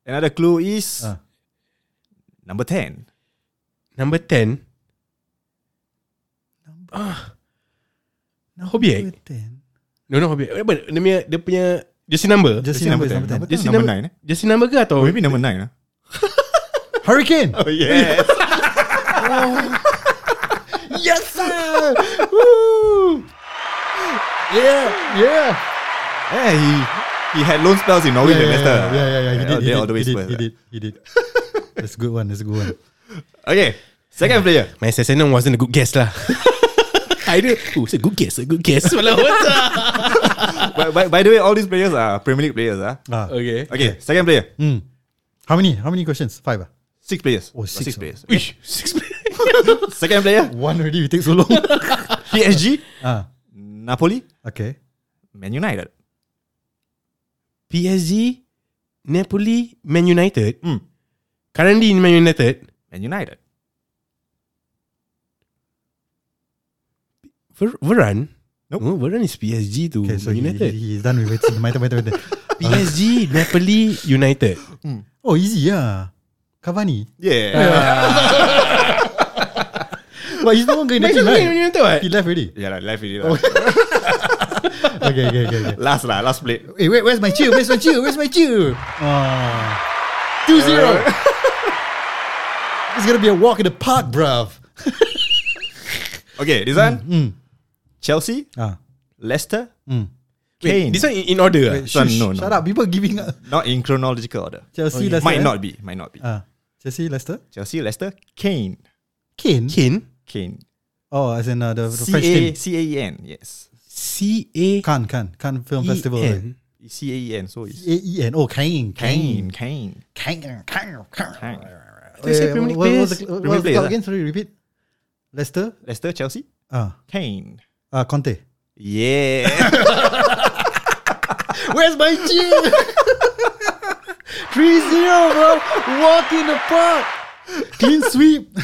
Another clue is
Ah.
number 10.
Number ten. Hobi, eh?
number 10.
No, no, hobi. Eh, But dia punya, dia punya jersey number.
Just
see
number,
number
is number 10.
10. Just-
jersey
Number
number
nine, eh?
Jersey number ke atau?
Or maybe number 9. ah.
Hurricane.
Oh, yes.
yes. sir! Woo! Yeah,
Ya.
yeah.
yeah, he, he had loan spells in Norwich
yeah,
and
yeah,
Leicester.
Yeah, yeah, yeah. He
All
did.
day, all the way
He did.
Spurs,
He
ah.
did. He did. That's a good one. That's a good one.
Okay. Second
Mm.
player.
My Sessegnon wasn't a good guess lah. I do. Oh, it's a good guess. A good guess. Malah what?
by, by, by the way, all these players are Premier League players. Ah.
Ah. Hmm.
Okay.
Okay, second player.
How many? How many questions? Five. ah?
Six players.
Oh, six, ah.
players.
Uish, six players.
Second player,
One already. We take so long.
PSG,
ah.
Napoli,
Okay.
Man United.
PSG, Napoli, Man United.
Hmm.
Currently in Man United.
Man United.
Ver- Varane.
Nope.
No, Varane is PSG to
Okay. So
Man
he,
United.
he, he's done with it. My turn. My turn. My turn.
PSG, Napoli, United.
Oh, easy. Yeah. Cavani.
Yeah.
But he's no longer in the team, right? He left already.
Yeah, lah, left already. lah.
Okay. Okay. Okay. okay.
Last lah, last play.
Hey, where, where's my cheer? Where's my cheer? Where's my cheer? Ah. Two zero. It's gonna be a walk in the park, bruv.
Okay, this one. Chelsea,
Ah.
Leicester,
Mm.
Wait,
Kane.
this one in, in order.
Wait,
ah?
Son,
shush,
no, no.
Shut up. People giving up.
Not in chronological order. Oh,
Chelsea, Leicester.
might
eh?
not be. Might not be.
Ah, Chelsea, Leicester,
Chelsea, Leicester, Kane.
Kane.
Kane,
Kane.
Oh, as in uh, the, the French team.
C-A- C-A-E-N, yes.
C A
Cannes, Cannes, Cannes Film Festival. eh.
E
Right?
N.
C-A-E-N, so it's
A E N. Oh, Kane,
Kane,
Kane,
Kane.
Kane, Kane, Kane.
Kane.
Wait,
say
wait,
Premier League
what, what was the,
players.
what
Premier
was the
players,
club
ah.
again? Sorry, repeat. Leicester.
Leicester, Chelsea,
Ah,
Kane.
uh, Conte.
Yeah.
Where's my cheer? 3-0, bro. Walk in the park. Clean sweep.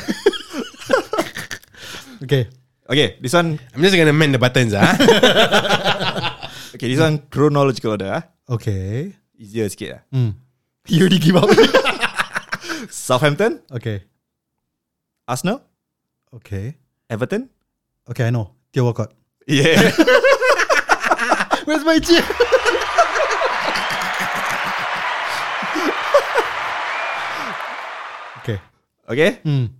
okay.
okay, this one.
I'm just gonna mend the buttons, ah.
Okay, this one chronological order. Ah.
Okay. Hmm.
Easier sikit lah.
You already give up.
Southampton,
okay.
Arsenal,
Okay.
Everton.
Okay, I know. Tio Walcott.
Yeah.
Where's my cheer? okay.
okay.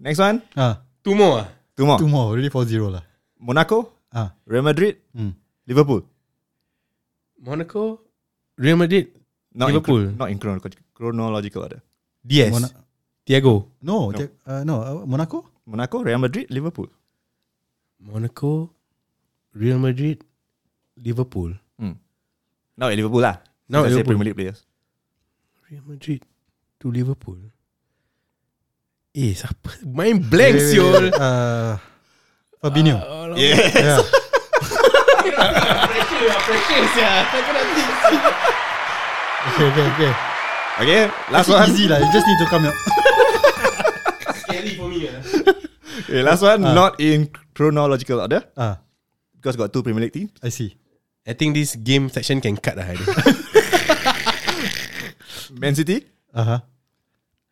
Next one.
Ah,
Two more. ah?
Two more.
two more. Already 4-0 lah.
Monaco,
Ah,
Real Madrid,
Mm.
Liverpool.
Monaco, Real Madrid,
Not
Liverpool.
In, chro- not in chronological, chronological order.
Diaz,
Mona-
Thiago,
no, no. Uh, no uh, Monaco?
Monaco, Real Madrid, Liverpool.
Monaco, Real Madrid, Liverpool.
Now at Liverpool lah.
Now at
Since I said
Liverpool.
Premier League players.
Real Madrid to Liverpool. Eh, siapa? Mind blank, siol.
Uh, Fabinho.
Yeah.
yeah. okay, okay, okay.
Okay, last
So
one.
easy lah. You just need to come out.
Okay, last one. Not in chronological order
Ah,
because got two Premier League teams.
I see.
I think this game section can cut lah. Hadi.
Man City,
Uh huh.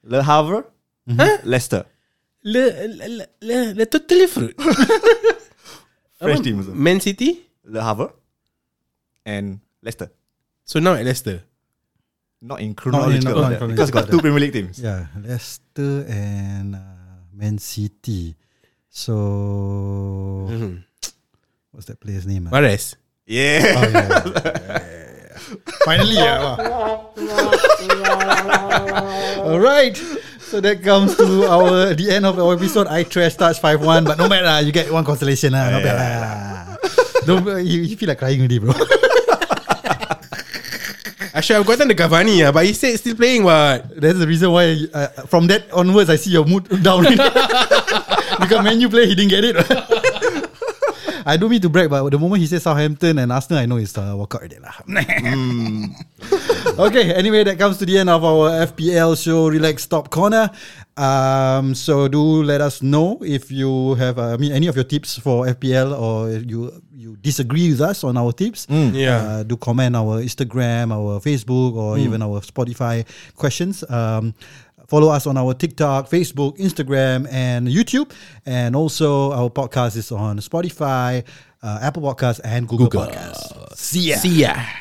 Le Havre,
Mm-hmm.
Leicester.
le, le, le, le, le totally fruit.
French team also.
Man City.
Le Havre and Leicester.
So now at Leicester.
Not in
not
chronological
in
order
chronological
because got
order.
two Premier League teams.
Yeah, Leicester and uh, Man City. So
Mm-hmm.
what's that player's name? ah?
Mares.
Yeah.
Finally, yeah. All right. So that comes to our the end of our episode. I trash starts five one, but no matter, you get one consolation. lah. not bad. lah. Don't uh, you, you feel like crying already, bro?
I should have gotten the Cavani, ah, but he said still playing what?
That's the reason why uh, from that onwards, I see your mood down. because when you play, he didn't get it. I don't mean to brag, but the moment he says Southampton and Arsenal, I know it's uh, walk out already lah. okay, anyway, that comes to the end of our FPL show, Relax Top Corner. Um, so do let us know if you have, uh, I mean, any of your tips for FPL or you you disagree with us on our tips. Uh,
Yeah.
do comment our Instagram, our Facebook, or even our Spotify questions. Um, follow us on our TikTok, Facebook, Instagram, and YouTube. And also, our podcast is on Spotify, uh, Apple Podcasts, and Google, Podcasts.
See ya.